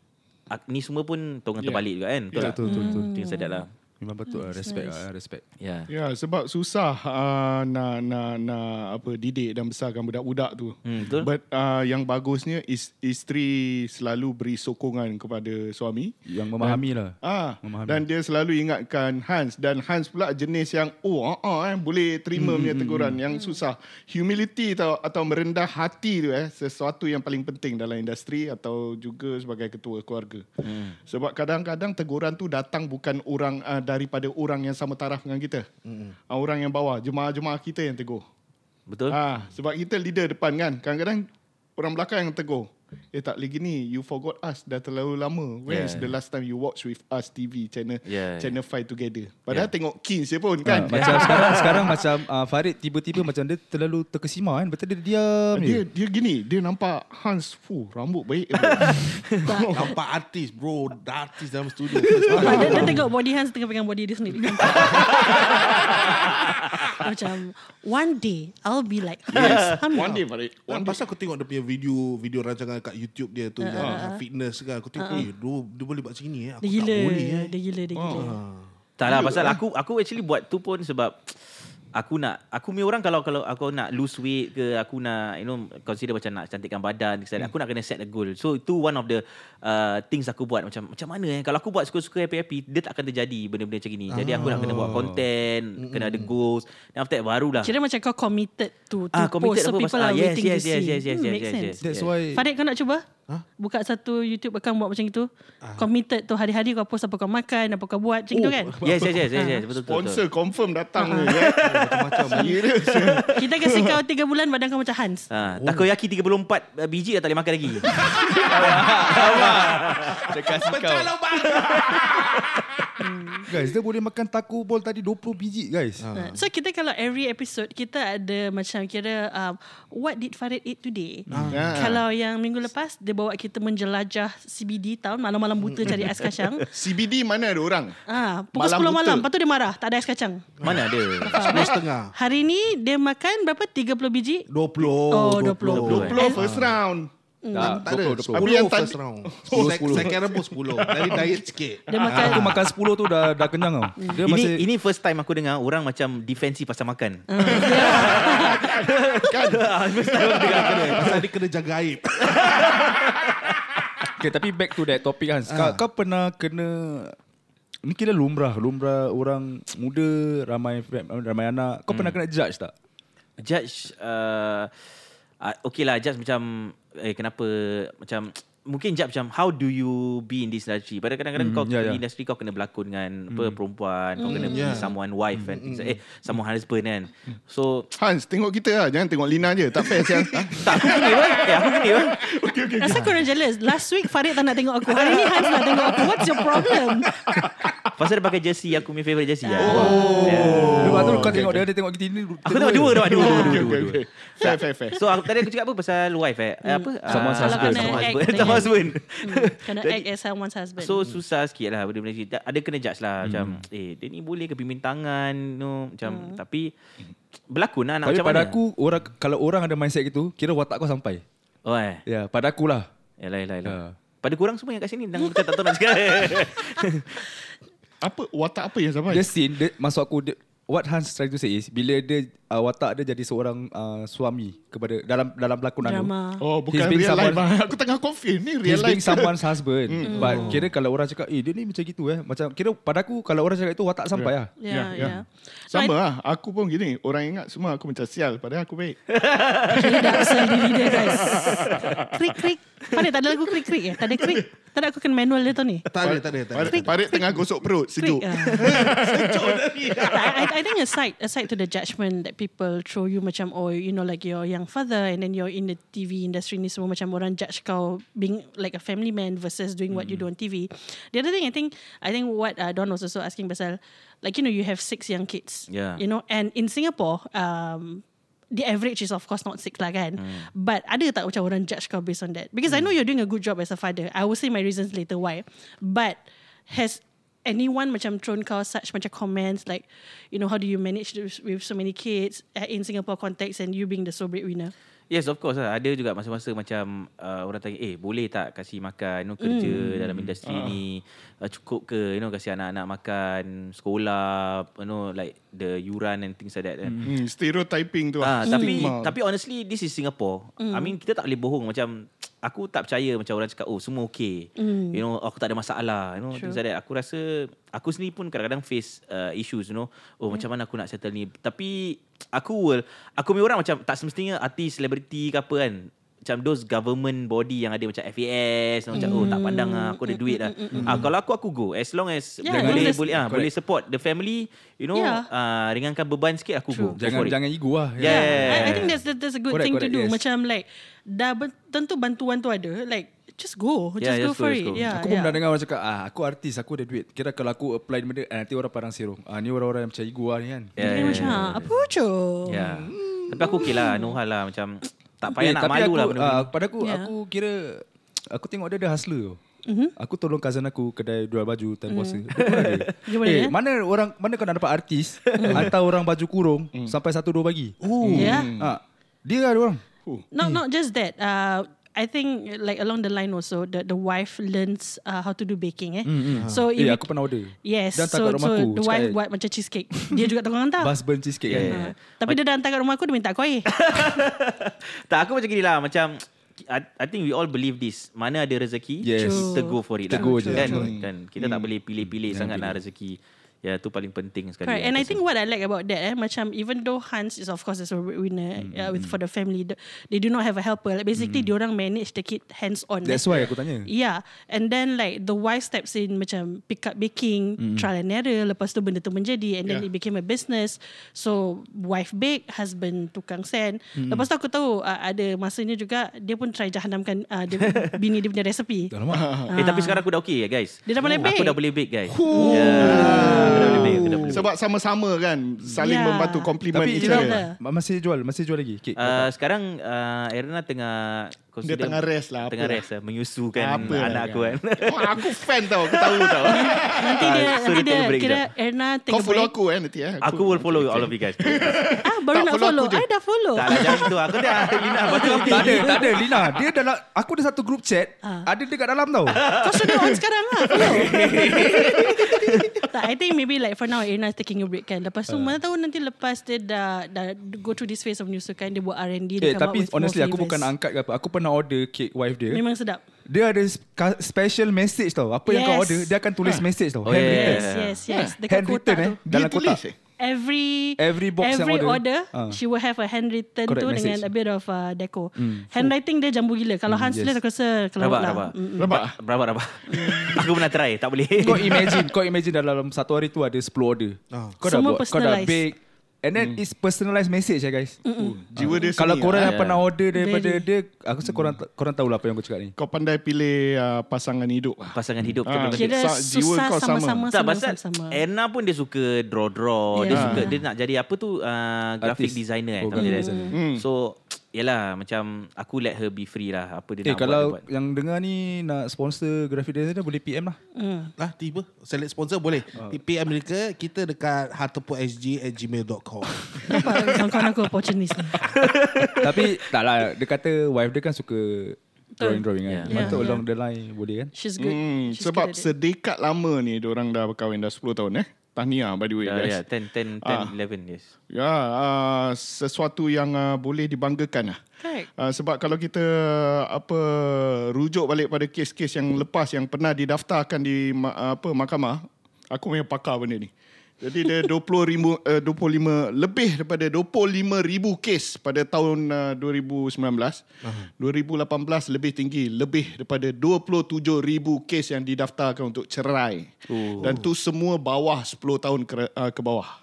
Speaker 8: ak- ni semua pun tolong yeah. terbalik juga kan. Betul
Speaker 6: Ya. Betul,
Speaker 8: tak?
Speaker 6: betul, betul.
Speaker 8: Things like that lah.
Speaker 6: Memang betul lah. Respect lah. Respect.
Speaker 8: Yeah.
Speaker 4: Ya, sebab susah uh, nak nak nak apa didik dan besarkan budak-budak tu.
Speaker 8: Hmm, betul.
Speaker 4: But uh, yang bagusnya is, isteri selalu beri sokongan kepada suami.
Speaker 6: Yang memahami lah.
Speaker 4: Ah,
Speaker 6: Memahami.
Speaker 4: dan dia selalu ingatkan Hans dan Hans pula jenis yang oh ah ah, eh boleh terima punya teguran yang susah. Humility atau atau merendah hati tu eh sesuatu yang paling penting dalam industri atau juga sebagai ketua keluarga. Hmm. Sebab kadang-kadang teguran tu datang bukan orang uh, daripada orang yang sama taraf dengan kita. Hmm. Uh, orang yang bawah, jemaah-jemaah kita yang tegur.
Speaker 8: Betul?
Speaker 4: Ah, sebab kita leader depan kan. Kadang-kadang orang belakang yang tegur. Eh tak lagi ni You forgot us Dah terlalu lama When yeah. is the
Speaker 8: Yeah.
Speaker 4: last time You watch with us TV Channel
Speaker 8: Yeah,
Speaker 4: channel 5 together Padahal yeah. tengok Kings je pun kan
Speaker 6: Ah, macam sekarang sekarang macam uh, Farid tiba-tiba macam dia terlalu terkesima kan. Betul dia diam
Speaker 4: Dia
Speaker 6: dia.
Speaker 4: dia gini Dia nampak Hans Fuh rambut baik
Speaker 1: Nampak artis bro Artis dalam studio
Speaker 2: Ah, dia, dia tengok body hands tengah pegang body dia sendiri. Macam one day I'll be like yes.
Speaker 4: One day Farid
Speaker 1: Kan pasal aku tengok dia punya video Video rancangan kat YouTube dia tu yang Fitness kan Aku tengok eh dia, dia boleh buat macam ni eh Aku
Speaker 2: Uh-uh. Dia gila,
Speaker 1: tak boleh eh
Speaker 2: dia gila, dia gila.
Speaker 8: Tak lah pasal aku aku actually buat tu pun sebab aku nak aku punya orang kalau kalau aku nak lose weight ke aku nak you know consider macam nak cantikkan badan hmm. aku nak kena set a goal. So itu one of the uh, things aku buat macam macam mana eh kalau aku buat suka-suka happy-happy dia tak akan terjadi benda-benda macam ni. Jadi aku nak kena buat content, kena ada goals. Then after that barulah.
Speaker 2: Kira macam kau committed to, to
Speaker 8: Ah,
Speaker 2: post
Speaker 8: committed
Speaker 2: so
Speaker 8: aku
Speaker 2: people
Speaker 8: pasal-
Speaker 2: are
Speaker 8: ah, yes,
Speaker 2: waiting to
Speaker 8: yes, yes,
Speaker 2: see.
Speaker 8: yes, yes,
Speaker 2: hmm,
Speaker 8: yes,
Speaker 2: makes
Speaker 8: yes,
Speaker 2: sense.
Speaker 8: yes.
Speaker 6: That's why
Speaker 2: Farid kau nak cuba? Buka satu YouTube account buat macam itu. Committed tu hari-hari kau post apa kau makan, apa kau buat macam itu kan.
Speaker 8: Yes yes yes yes, yes betul betul. betul.
Speaker 4: Sponsor confirm datang
Speaker 8: Ah.
Speaker 4: ni eh. Macam Serius
Speaker 2: Kita kasi kau 3 bulan badan kau macam Hans.
Speaker 8: Ha, takoyaki 34 uh, biji dah tak boleh makan lagi.
Speaker 6: Dia kasih kau. guys, dia boleh makan taco ball tadi 20 biji guys.
Speaker 2: Uh, So kita kalau every episode kita ada macam kira um, what did Farid eat today.
Speaker 4: Ah.
Speaker 2: Kalau yang minggu lepas dia bawa kita menjelajah CBD town malam-malam buta cari ais kacang.
Speaker 4: CBD mana ada orang
Speaker 2: Ah, pukul
Speaker 4: Malam
Speaker 2: malam 10
Speaker 4: buta.
Speaker 2: malam lepas tu dia marah tak ada ais kacang.
Speaker 8: Mana ada?
Speaker 1: Sepuluh setengah
Speaker 2: Hari ni dia makan berapa 30 biji?
Speaker 1: Dua puluh
Speaker 2: Oh, 20.
Speaker 4: Blow first round
Speaker 6: Tak,
Speaker 1: Tak ada
Speaker 4: Habis
Speaker 1: Sepuluh
Speaker 4: yang
Speaker 1: first
Speaker 4: tadi-
Speaker 1: round Second round pun sepuluh Dari diet sikit
Speaker 2: Dia makan
Speaker 6: Ah, Aku makan 10 tu dah dah kenyang tau. Dia
Speaker 8: Hmm. Ini
Speaker 6: masih
Speaker 8: ini first time aku dengar orang macam defensive pasal makan.
Speaker 1: Pasal dia kena jaga aib
Speaker 6: Okay, tapi back to that topic Hans. Kau, kau pernah kena ni kira lumrah, lumrah orang muda, ramai ramai anak. Kau pernah kena judge tak?
Speaker 8: Judge uh, uh, Okay lah Judge macam Eh kenapa Macam Mungkin judge macam How do you be in this industry Padahal kadang-kadang kau
Speaker 6: ya,
Speaker 8: yeah,
Speaker 6: ya.
Speaker 8: Di industri kau kena berlakon dengan apa, Perempuan Kau kena yeah. someone wife and things like, Eh someone husband kan So
Speaker 4: Hans tengok kita lah Jangan tengok Lina je Tak fair siang Ha?
Speaker 8: Tak aku gini pun Eh aku gini pun
Speaker 2: Rasa korang jealous Last week Farid tak nak tengok aku Hari ni Hans nak tengok aku What's your problem?
Speaker 8: Pasal dia pakai jersey Aku punya favourite jersey lah
Speaker 6: Oh, Lepas tu kau tengok dia, dia tengok kita ni.
Speaker 8: Aku tengok dua tau Dua dua
Speaker 4: Okay,
Speaker 8: dua,
Speaker 4: okay,
Speaker 8: dua
Speaker 4: okay. Fair fair fair
Speaker 8: So aku, tadi aku cakap apa pasal wife eh? Eh, Apa?
Speaker 6: Someone
Speaker 8: Ah,
Speaker 6: husband.
Speaker 8: someone
Speaker 2: Kalau kena
Speaker 8: husband.
Speaker 2: act
Speaker 8: Someone husband.
Speaker 2: Hmm. Kena
Speaker 8: Jadi-
Speaker 2: act as someone's husband
Speaker 8: So susah sikit lah benda-benda ni. Tak- Ada kena judge
Speaker 6: Hmm.
Speaker 8: lah macam eh dia ni boleh ke pimpinan no macam tapi berlakon lah nak
Speaker 6: Tapi
Speaker 8: macam
Speaker 6: pada
Speaker 8: mana.
Speaker 6: aku orang kalau orang ada mindset gitu, kira watak kau sampai.
Speaker 8: Oh eh.
Speaker 6: Ya, pada akulah.
Speaker 8: Yalah yalah yalah.
Speaker 6: Ah.
Speaker 8: Pada korang semua yang kat sini Nang macam tak tahu nak cakap
Speaker 4: Apa Watak apa yang sampai
Speaker 6: The scene dia, Maksud aku dia, What Hans trying to say is Bila dia uh, Watak dia jadi seorang uh, Suami Kepada Dalam dalam pelakonan
Speaker 2: Drama
Speaker 6: tu
Speaker 4: Oh bukan
Speaker 6: He's being
Speaker 4: real life
Speaker 6: someone-
Speaker 4: ah. Aku tengah confirm Ni real
Speaker 6: He's
Speaker 4: life
Speaker 6: being someone's husband
Speaker 8: Hmm.
Speaker 6: But kira kalau orang cakap Eh dia ni macam gitu eh Macam kira pada aku Kalau orang cakap itu Watak sampai lah
Speaker 2: Yeah, yeah.
Speaker 4: yeah.
Speaker 2: yeah. I,
Speaker 4: Sama lah Aku pun gini Orang ingat semua Aku macam sial Padahal aku baik
Speaker 2: Dia dah asal diri dia guys Krik krik Farid tak ada lagu krik krik eh Tak ada krik Tak ada aku kena manual dia tau ni
Speaker 1: Tak ada tak ada tak ada
Speaker 4: Parit, parit tengah gosok perut Sejuk
Speaker 2: Krik ah. I, I- I think aside aside to the judgment that people throw you macam oh you know like your young father and then you're in the TV industry ni semua macam orang judge kau being like a family man versus doing what you do on TV. The other thing I think I think what uh, Don was also asking pasal like you know you have six young kids.
Speaker 8: Yeah.
Speaker 2: You know and in Singapore um the average is of course not six lah kan.
Speaker 8: Hmm.
Speaker 2: But ada tak macam orang judge kau based on that? Because I know you're doing a good job as a father. I will say my reasons later why. But has anyone macam thrown kau such macam comments like, you know, how do you manage this with so many kids uh, in Singapore context and you being the sole breadwinner?
Speaker 8: Yes, of course lah. Ada juga masa-masa macam uh, orang tanya, eh boleh tak kasih makan, you know, kerja mm. dalam industri
Speaker 6: Ah.
Speaker 8: uh. ni, uh, cukup ke, you know, kasih anak-anak makan, sekolah, you know, like the yuran and things like that. Mm.
Speaker 4: Hmm, stereotyping tu
Speaker 8: Ah,
Speaker 4: lah.
Speaker 8: tapi
Speaker 4: Stigma.
Speaker 8: tapi honestly this is Singapore. Mm. I mean kita tak boleh bohong macam aku tak percaya macam orang cakap oh semua okay. Mm. You know aku tak ada masalah. You know
Speaker 2: True.
Speaker 8: things like that. Aku rasa aku sendiri pun kadang-kadang face uh, issues you know. Oh yeah. macam mana aku nak settle ni. Tapi aku will aku punya orang macam tak semestinya artis selebriti ke apa kan. Macam those government body yang ada macam FAS you know, macam oh tak pandang lah aku ada
Speaker 2: Mm.
Speaker 8: duit lah. Ah, kalau aku aku go as long as
Speaker 2: Yeah,
Speaker 8: boleh
Speaker 2: as long as-
Speaker 8: boleh ah boleh support the family you know
Speaker 2: Yeah.
Speaker 8: ah, ringankan beban sikit aku
Speaker 2: True.
Speaker 8: go. go.
Speaker 6: Jangan
Speaker 8: for it.
Speaker 6: jangan ego lah.
Speaker 8: Yeah.
Speaker 2: I, I think that's that, that's a good
Speaker 6: Correct,
Speaker 2: thing
Speaker 6: correct,
Speaker 2: to do.
Speaker 6: yes.
Speaker 2: Macam like, dah ben, tentu bantuan tu ada. Like, just go. Just
Speaker 8: Yeah,
Speaker 2: go
Speaker 8: just go,
Speaker 2: for
Speaker 8: just
Speaker 2: it.
Speaker 8: go.
Speaker 2: Yeah,
Speaker 6: Aku pun
Speaker 2: yeah.
Speaker 6: pernah dengar orang cakap ah, Aku artis Aku ada duit Kira kalau aku apply benda ah, Nanti orang parang serong ah, Ni orang-orang yang macam ego lah ni kan
Speaker 8: Yeah,
Speaker 2: Dia
Speaker 8: yeah,
Speaker 2: macam,
Speaker 8: yeah.
Speaker 2: apa tu?
Speaker 8: Ya. Tapi aku okey lah, no hal lah macam tak payah
Speaker 6: Eh,
Speaker 8: nak
Speaker 6: tapi
Speaker 8: malu
Speaker 6: aku,
Speaker 8: lah benda
Speaker 6: ah,
Speaker 8: uh,
Speaker 6: Pada aku
Speaker 2: Ya.
Speaker 6: Aku kira Aku tengok dia ada hustler tau
Speaker 2: Mhm.
Speaker 6: Aku tolong cousin aku kedai jual baju time puasa. Dia pun ada.
Speaker 2: Hmm. Gimana ya? Hmm.
Speaker 6: eh,
Speaker 2: dia?
Speaker 6: mana orang mana kau nak dapat artis hantar orang baju kurung
Speaker 8: Hmm.
Speaker 6: sampai 1 2 pagi.
Speaker 8: Oh.
Speaker 2: Yeah.
Speaker 6: Ah, dia ada orang.
Speaker 2: Not
Speaker 6: Hmm.
Speaker 2: not just that. Uh, I think like along the line also the the wife learns uh, how to do baking eh. So if
Speaker 6: Eh,
Speaker 2: it-
Speaker 6: aku pernah order.
Speaker 2: Yes.
Speaker 6: Dia
Speaker 2: So,
Speaker 6: hantar kat rumah
Speaker 2: so
Speaker 6: aku.
Speaker 2: the
Speaker 6: Cakap,
Speaker 2: wife
Speaker 6: eh,
Speaker 2: buat macam cheesecake. Dia juga tolong hantar.
Speaker 6: Bus burn cheesecake
Speaker 8: Yeah,
Speaker 6: kan.
Speaker 8: yeah.
Speaker 2: Ha. Tapi dia dah hantar kat rumah aku Dia minta kuih
Speaker 8: Tak aku macam gini lah macam I, I think we all believe this. Mana ada rezeki,
Speaker 6: Yes.
Speaker 8: kita go for it
Speaker 6: Kita
Speaker 8: lah.
Speaker 6: go je. Hmm.
Speaker 8: Kan? kan? Kita tak boleh pilih-pilih sangat lah rezeki. Ya, tu paling penting sekali. lah,
Speaker 2: Correct
Speaker 6: Ya,
Speaker 8: aku
Speaker 2: And I
Speaker 8: rasa.
Speaker 2: think what I like about that eh, Macam even though Hans is of course The sole breadwinner
Speaker 6: Hmm,
Speaker 2: uh, with, For the family the, They do not have a helper like, Basically mm. diorang manage the kid Hands on
Speaker 6: That's why aku tanya.
Speaker 2: Yeah And then like The wife steps in Macam pick up baking Trial and error Lepas tu benda tu menjadi And then
Speaker 4: Yeah.
Speaker 2: it became a business So Wife bake Husband tukang sen Lepas tu aku tahu uh, Ada masanya juga Dia pun try jahanamkan uh, dia, Bini dia punya resepi
Speaker 6: Alamak.
Speaker 8: Eh, tapi sekarang aku dah okey ya, guys.
Speaker 2: Ah. Dia dah boleh
Speaker 8: Aku
Speaker 2: bake.
Speaker 8: dah boleh bake, guys. Ya. Aku dah boleh bake, aku dah boleh bake.
Speaker 4: Sebab sama-sama kan saling
Speaker 2: Yeah.
Speaker 4: membantu compliment
Speaker 6: Tapi
Speaker 4: each
Speaker 6: dia
Speaker 4: other.
Speaker 2: Ira-
Speaker 6: ma- masih jual, masih jual lagi kek.
Speaker 8: Uh, sekarang uh, Erna tengah consider-
Speaker 4: tengah rest lah, apa
Speaker 8: Tengah
Speaker 4: lah.
Speaker 8: rest lah Menyusukan
Speaker 4: Apa lah,
Speaker 8: anak aku kan
Speaker 4: Wah, aku fan tau, aku tahu tau.
Speaker 2: Nanti dia,
Speaker 8: Ah, so
Speaker 2: nanti dia,
Speaker 8: dia take a break
Speaker 2: kira
Speaker 8: sekejap.
Speaker 2: Erna take a
Speaker 4: Kau
Speaker 2: break
Speaker 4: follow aku kan nanti eh.
Speaker 8: Aku will follow all of you guys
Speaker 2: Ah, baru
Speaker 4: Tak,
Speaker 2: nak
Speaker 4: follow
Speaker 2: follow.
Speaker 4: aku je.
Speaker 2: I dah follow.
Speaker 8: Tak lah jangan tu Aku dah Lina Batu aku
Speaker 6: Tak ada, tak ada Lina. Dia dalam aku ada satu group chat,
Speaker 2: Ah.
Speaker 6: ada dekat dalam tau.
Speaker 2: Kau sudah on sekarang lah. Follow. tak, I think maybe like for now Irina is taking a break kan. Lepas
Speaker 6: Ah.
Speaker 2: tu mana tahu nanti lepas dia dah, dah go through this phase of Nusukan dia buat R&D dia come
Speaker 6: Eh,
Speaker 2: out
Speaker 6: tapi
Speaker 2: with more
Speaker 6: honestly aku
Speaker 2: flavours.
Speaker 6: bukan angkat ke apa. Aku pernah order cake wife dia.
Speaker 2: Memang sedap.
Speaker 6: Dia ada spe- special message tau. Apa yang kau
Speaker 2: Yes.
Speaker 6: order, dia akan tulis message tau.
Speaker 8: Oh, yeah, yeah,
Speaker 2: Yes,
Speaker 6: handwritten.
Speaker 8: yeah.
Speaker 2: yes, yes. Dekat
Speaker 6: Handwritten
Speaker 2: kotak
Speaker 6: eh,
Speaker 2: tu.
Speaker 6: dalam kotak.
Speaker 2: Every
Speaker 6: Every box yang
Speaker 2: every
Speaker 6: order.
Speaker 2: order,
Speaker 6: Ah.
Speaker 2: she will have a handwritten tu
Speaker 6: Correct message. Hmm,
Speaker 2: dengan a bit of uh, deco. Handwriting dia jambu gila. Kalau Hans
Speaker 6: yes.
Speaker 2: tulis aku rasa
Speaker 8: Rabak
Speaker 2: kelawak lah.
Speaker 8: rabak
Speaker 2: Mm.
Speaker 4: Rabak?
Speaker 8: Rabak rabak Aku pernah try Tak boleh
Speaker 6: Kau imagine, kau imagine dalam satu hari tu ada 10 order. Kau dah
Speaker 2: Semua
Speaker 6: buat, kau dah
Speaker 2: personalised.
Speaker 6: bake. And then it's personalised message ya guys.
Speaker 4: Jiwa dia
Speaker 6: Kalau
Speaker 4: seni,
Speaker 6: korang
Speaker 4: ah.
Speaker 6: yang pernah order daripada
Speaker 2: Very.
Speaker 6: dia, aku rasa korang korang tahu lah apa yang aku cakap ni.
Speaker 4: Kau pandai pilih ah, pasangan hidup lah.
Speaker 8: Pasangan hidup
Speaker 4: Ah.
Speaker 8: tu paling penting.
Speaker 2: Kira
Speaker 4: Sa- jiwa
Speaker 2: susah
Speaker 4: kau sama.
Speaker 2: sama-sama.
Speaker 8: tak
Speaker 2: senang
Speaker 8: pasal
Speaker 2: sama-sama.
Speaker 8: Erna pun dia suka draw-draw Dia
Speaker 2: Yeah.
Speaker 8: suka Dia nak jadi apa tu uh, Graphic
Speaker 6: Artist.
Speaker 8: designer eh,
Speaker 6: Oh,
Speaker 8: tak boleh
Speaker 6: graphic
Speaker 8: dia.
Speaker 6: designer.
Speaker 4: Hmm.
Speaker 8: So Yalah macam Aku let her be free lah Apa dia
Speaker 6: Eh
Speaker 8: nak buat,
Speaker 6: kalau
Speaker 8: dia buat
Speaker 6: yang dengar ni nak sponsor graphic designer boleh PM lah.
Speaker 8: Hmm.
Speaker 1: Lah tiba Select sponsor boleh PM mereka Kita dekat Hartepusg at gmail.com
Speaker 2: Nampak kawan-kawan aku opportunist ni.
Speaker 6: Tapi tak lah Dia kata wife dia kan suka Drawing-drawing kan
Speaker 8: Yeah.
Speaker 6: Lepas tu
Speaker 2: Yeah.
Speaker 6: along the line Boleh kan
Speaker 2: She's good.
Speaker 4: Hmm,
Speaker 2: She's
Speaker 4: sebab
Speaker 2: good at it.
Speaker 4: sedekat lama ni orang dah berkahwin dah 10 tahun eh. Tahniah by the way
Speaker 8: Ya,
Speaker 4: guys.
Speaker 8: ya, 10, 10, 10,
Speaker 4: Ah.
Speaker 8: 11 yes.
Speaker 4: Ya, uh, sesuatu yang uh, boleh dibanggakan lah.
Speaker 2: Correct.
Speaker 4: Uh, sebab kalau kita apa rujuk balik pada kes-kes yang lepas yang pernah didaftarkan di ma- apa mahkamah, aku memang pakar benda ni. Jadi dia 20 ribu, uh, 25 lebih daripada 25 ribu kes pada tahun uh, 2019. Uh-huh. 2018 lebih tinggi, lebih daripada 27 ribu kes yang didaftarkan untuk cerai. Oh. Dan tu semua bawah 10 tahun ke, uh, ke bawah.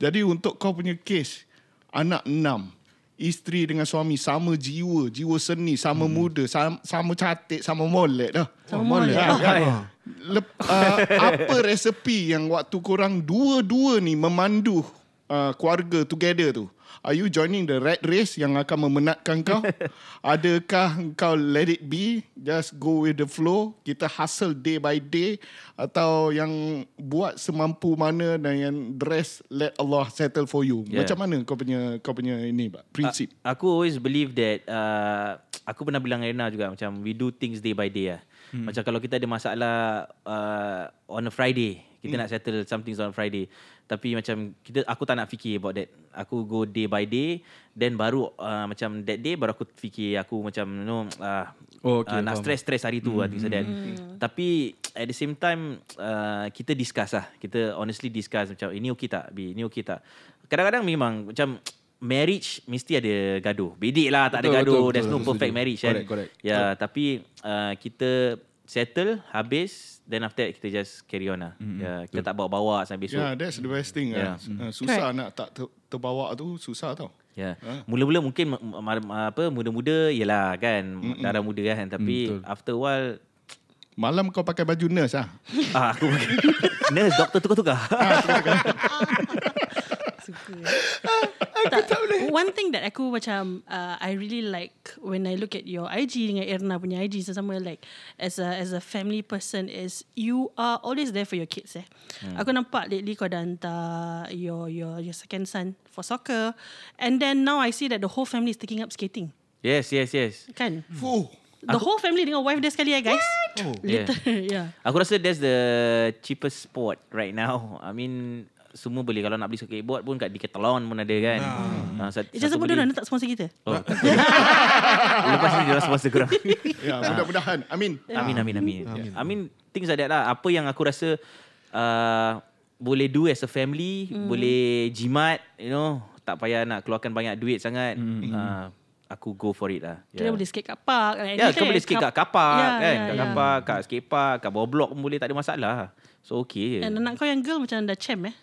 Speaker 4: Jadi untuk kau punya kes anak enam, isteri dengan suami sama jiwa, jiwa seni, sama hmm. muda, sama, sama cantik, sama molek dah.
Speaker 2: Sama Oh, molek.
Speaker 6: eh?
Speaker 4: Ah, kan? Lep, uh, apa resepi yang waktu korang dua-dua ni memandu uh, keluarga together tu? Are you joining the rat race yang akan memenatkan kau? Adakah kau let it be, just go with the flow, kita hustle day by day atau yang buat semampu mana dan yang dress let Allah settle for you? Yeah.
Speaker 8: Yeah.
Speaker 4: Macam mana kau punya kau punya ini pak prinsip?
Speaker 8: A- aku always believe that uh, aku pernah bilang Rena juga macam we do things day by day lah. Hmm. Macam kalau kita ada masalah uh, on a Friday, kita hmm. nak settle some things on a Friday. Tapi macam kita aku tak nak fikir about that. Aku go day by day then baru uh, macam that day baru aku fikir aku macam you know uh,
Speaker 6: Oh, okay,
Speaker 8: uh,
Speaker 6: faham. Hmm.
Speaker 8: nak stress stress hari tu mm. things like that. Mm. Tapi at the same time uh, kita discuss lah. Kita honestly discuss macam ini okey tak? B, ini okey tak? Kadang-kadang memang macam marriage mesti ada gaduh. Bedik lah tak
Speaker 6: Betul,
Speaker 8: ada gaduh.
Speaker 6: betul,
Speaker 8: There's
Speaker 6: betul,
Speaker 8: no perfect
Speaker 6: setuju.
Speaker 8: marriage kan.
Speaker 6: Correct, correct.
Speaker 8: Ya, yeah, tapi uh, kita settle habis then after that kita just carry on lah.
Speaker 6: Hmm,
Speaker 8: Mm. Yeah, kita tak bawa-bawa sampai
Speaker 4: So,
Speaker 8: besok.
Speaker 6: Ya.
Speaker 4: yeah, that's the best thing.
Speaker 8: Yeah. Mm-hmm.
Speaker 4: Yeah. Uh, susah nak tak ter, terbawa tu, susah tau.
Speaker 8: Ya.
Speaker 6: Ha?
Speaker 8: Mula-mula mungkin ma- ma- ma- apa muda-muda yalah kan
Speaker 6: Hmm,
Speaker 8: Mm-mm. darah muda kan tapi mm, after a while
Speaker 4: Malam kau pakai baju nurse ah.
Speaker 8: ah, aku nurse doktor tukar-tukar.
Speaker 2: Suka. tak, One thing that aku macam uh, I really like when I look at your IG dengan Erna punya IG sesama like as a as a family person is you are always there for your kids eh.
Speaker 8: Hmm.
Speaker 2: Aku nampak lately kau dah hantar your your your second son for soccer and then now I see that the whole family is taking up skating.
Speaker 8: yes, yes, yes.
Speaker 2: Kan?
Speaker 4: Fuh.
Speaker 2: The whole family dengan wife dia sekali ya guys. Oh.
Speaker 8: Yeah.
Speaker 2: yeah.
Speaker 8: Aku rasa that's the cheapest sport right now. I mean semua boleh kalau nak beli skateboard pun kat Decathlon pun ada kan. Nah. Ha, satu,
Speaker 2: Ijazah
Speaker 8: satu
Speaker 2: bodoh
Speaker 8: beli-
Speaker 2: dia tak sponsor kita.
Speaker 8: Oh, tak apa. Lepas ni dia orang sponsor kurang.
Speaker 4: Ya, mudah-mudahan. Amin.
Speaker 8: Amin, amin, amin. amin. I mean, things like that lah. Apa yang aku rasa uh, boleh do as a family, mm. boleh jimat, you know, tak payah nak keluarkan banyak duit sangat. Mm. Uh, aku go for it lah.
Speaker 2: Kita boleh skate kat park. like,
Speaker 8: Ya, yeah,
Speaker 2: ni kan
Speaker 8: kau boleh skate
Speaker 2: kap-
Speaker 8: kat
Speaker 2: Ya,
Speaker 8: kapak yeah, kan.
Speaker 2: ya,
Speaker 8: Yeah, kat
Speaker 2: ya.
Speaker 8: kapak, kat skate park, kat bawah blok pun boleh, tak ada masalah. So,
Speaker 6: Eh,
Speaker 8: okay je.
Speaker 2: And anak kau yang girl macam dah champ eh.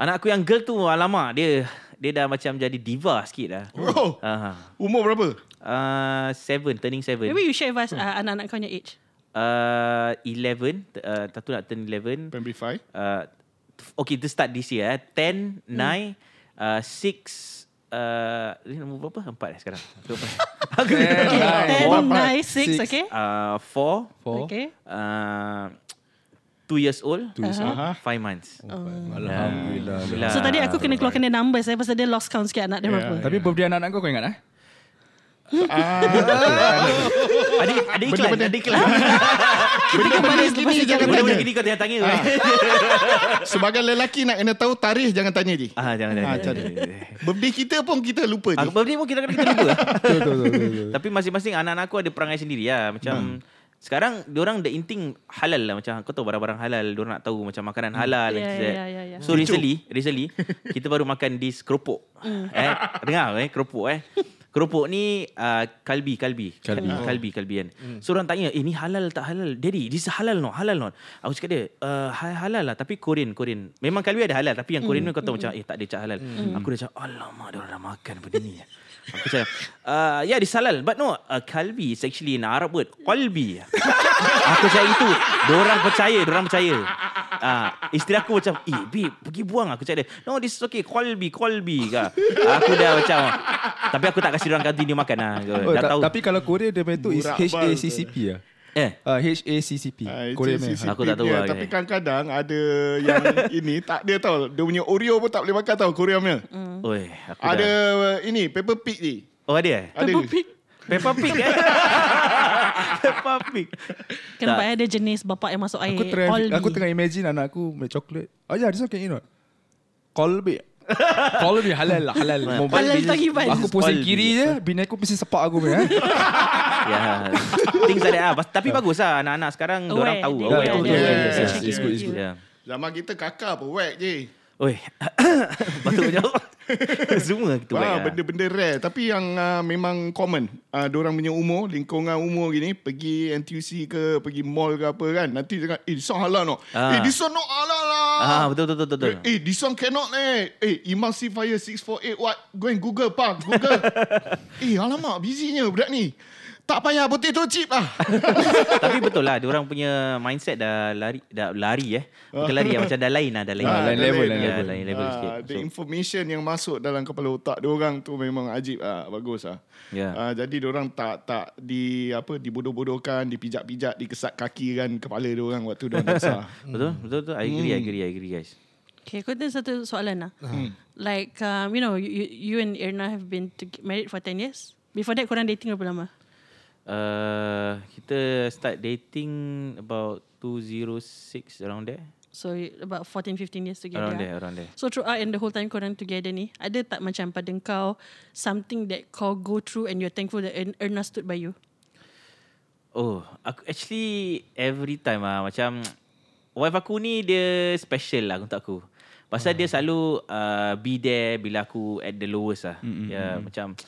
Speaker 8: Anak aku yang girl tu, alamak, dia dia dah macam jadi diva sikit lah.
Speaker 4: Oh.
Speaker 8: Uh,
Speaker 4: Umur berapa?
Speaker 8: uh, seven, turning seven.
Speaker 2: Maybe you share with us uh, anak-anak kau punya age.
Speaker 8: Uh, 11, uh, satu nak turn 11.
Speaker 4: Primary 5.
Speaker 8: uh, f- okay, this start this year. Eh. 10,
Speaker 2: Hmm.
Speaker 8: 9, uh, 6, uh, ni nombor berapa? Empat eh sekarang. Aku lupa. Aku lupa.
Speaker 2: Okay, 10,
Speaker 4: Four,
Speaker 2: 9, 6,
Speaker 6: six.
Speaker 2: okay?
Speaker 8: uh, four,
Speaker 6: Four.
Speaker 2: Okay.
Speaker 8: uh, two years old, two years old. Uh-huh. five months.
Speaker 6: Alhamdulillah.
Speaker 8: Alhamdulillah.
Speaker 2: So tadi aku kena keluarkan dia numbers eh pasal dia lost count sikit anak dia berapa.
Speaker 6: Tapi birthday anak-anak kau kau ingat eh?
Speaker 8: ada, ada iklan, ada iklan.
Speaker 2: Kita kembali selepas
Speaker 4: Ini jangan
Speaker 8: Mula-mula
Speaker 4: tanya.
Speaker 8: gini kau tanya tanya.
Speaker 4: Sebagai lelaki nak kena tahu tarikh jangan tanya je. Ah,
Speaker 8: Ah, jangan. jangan,
Speaker 4: macam
Speaker 8: jangan,
Speaker 4: tu.
Speaker 8: jangan.
Speaker 4: Birthday kita pun kita lupa je.
Speaker 8: Aku birthday pun kira-kira kita lupa. Tapi masing-masing anak-anak aku ada perangai sendiri lah. Macam sekarang diorang the inting halal lah. Macam kau tahu barang-barang halal. Diorang nak tahu macam makanan halal.
Speaker 2: Ya,
Speaker 8: and things
Speaker 2: ya,
Speaker 8: like that.
Speaker 2: ya, ya, ya.
Speaker 8: So recently, recently kita baru makan this keropok. eh, dengar eh, keropok eh. Keropok ni uh, kalbi, kalbi. Kalbi. Kalbi, kalbi kan. So orang tanya, eh ni halal tak halal? Daddy, this halal no? Halal no? Aku cakap dia, uh, halal lah tapi Korean, Korean. Memang kalbi ada halal tapi yang Korean ni kau tahu macam, eh tak ada cak halal. Aku dah macam, alamak dia orang dah makan benda ni. Aku macam, uh, yeah this halal but no, uh, kalbi is actually an Arab word. Qalbi. aku cakap itu, orang percaya, orang percaya. Ah, isteri aku macam, "Eh, babe, pergi buang aku cakap dia. No, this is okay. Call me, call me. Kak. aku dah macam tapi aku tak kasi orang continue makan lah.
Speaker 6: Oh,
Speaker 8: Oh, dah
Speaker 6: ta-
Speaker 8: tahu.
Speaker 6: tapi kalau Korea dia punya tu is
Speaker 4: Burak
Speaker 6: HACCP ah.
Speaker 8: eh,
Speaker 6: Ah HACCP.
Speaker 4: Ah,
Speaker 6: Korea
Speaker 4: itu
Speaker 6: punya.
Speaker 4: CCP
Speaker 8: Aku tak tahu
Speaker 4: dia.
Speaker 8: lah,
Speaker 4: Tapi
Speaker 8: kan.
Speaker 4: kadang-kadang ada yang ini tak ada tau. Dia punya Oreo pun tak boleh makan tau Korea punya.
Speaker 8: oi, aku
Speaker 4: Ada uh,
Speaker 8: dah.
Speaker 4: ini Pepper Pig ni.
Speaker 8: Oh, ada eh?
Speaker 4: Ada.
Speaker 2: Peppa Pig.
Speaker 8: Peppa Pig eh? Peppa Pig.
Speaker 2: Kenapa
Speaker 8: Tak.
Speaker 2: eh, dia jenis bapak yang masuk air?
Speaker 6: Aku try,
Speaker 2: All
Speaker 6: aku
Speaker 2: me.
Speaker 6: tengah imagine anak aku main coklat. Oh yeah, this one can eat not. Kolbi. Kolbi halal lah, halal. Mobile
Speaker 2: Halal
Speaker 6: business.
Speaker 2: Taiwan.
Speaker 6: Aku pusing kiri je, bini aku pusing sepak aku punya. eh.
Speaker 8: Ya. Things like that lah. Bas- Tapi
Speaker 6: Ah.
Speaker 8: bagus lah anak-anak sekarang orang
Speaker 2: Aware,
Speaker 8: tahu.
Speaker 2: they-
Speaker 8: Aware.
Speaker 2: yeah,
Speaker 6: tahu,
Speaker 2: they-
Speaker 6: tahu.
Speaker 2: they
Speaker 6: Yes,
Speaker 2: check
Speaker 6: yes,
Speaker 2: it
Speaker 6: it's good,
Speaker 2: with
Speaker 6: it's
Speaker 2: you.
Speaker 6: good.
Speaker 8: Yeah.
Speaker 4: Zaman kita kakak pun whack je.
Speaker 8: Oi. Batuk jauh. Semua kita buat.
Speaker 4: Wah,
Speaker 8: lah.
Speaker 4: Ah, benda-benda rare tapi yang uh, memang common. Ah uh, orang punya umur, lingkungan umur gini pergi NTUC ke pergi mall ke apa kan. Nanti cakap, "Eh, this one halal no."
Speaker 8: Ah.
Speaker 4: Eh, this one no halal lah.
Speaker 8: Ah, betul betul betul betul.
Speaker 4: Eh, eh, this one cannot eh. Eh, emulsifier 648 what? Go and Google, pa. Google. eh, alamak, busynya budak ni. Tak payah potato chip lah.
Speaker 8: Tapi betul lah orang punya mindset dah lari dah lari eh. Bukan lari lah, macam dah lain lah, dah lain.
Speaker 6: Ah,
Speaker 8: Dah
Speaker 6: lain level, lain
Speaker 8: Ya,
Speaker 6: level.
Speaker 8: lain level sikit.
Speaker 4: Ah, the
Speaker 8: So,
Speaker 4: information yang masuk dalam kepala otak dia orang tu memang ajib ah bagus ah.
Speaker 8: Ya.
Speaker 4: Ah, jadi dia orang tak tak di apa dibodoh-bodohkan, dipijak-pijak, dikesat kaki kan kepala dia orang waktu dia orang besar.
Speaker 8: betul betul betul. I agree, I agree, I agree guys.
Speaker 2: Okay, aku ada satu soalan lah.
Speaker 6: Hmm.
Speaker 2: Like, um, you know, you, you you and Erna have been to married for 10 years. Before that, korang dating berapa lama?
Speaker 8: Uh, kita start dating about 206 around there.
Speaker 2: So, you- about 14, 15 years together. ah.
Speaker 8: Around there, around there.
Speaker 2: So, throughout and the whole time korang together ni, ada tak macam pada kau something that kau go through and you're thankful that Ern- Erna stood by you?
Speaker 8: Oh, aku actually every time ah macam wife aku ni dia special lah untuk aku. Pasal dia selalu uh, be there bila aku at the lowest lah. Mm-hmm. Ya, macam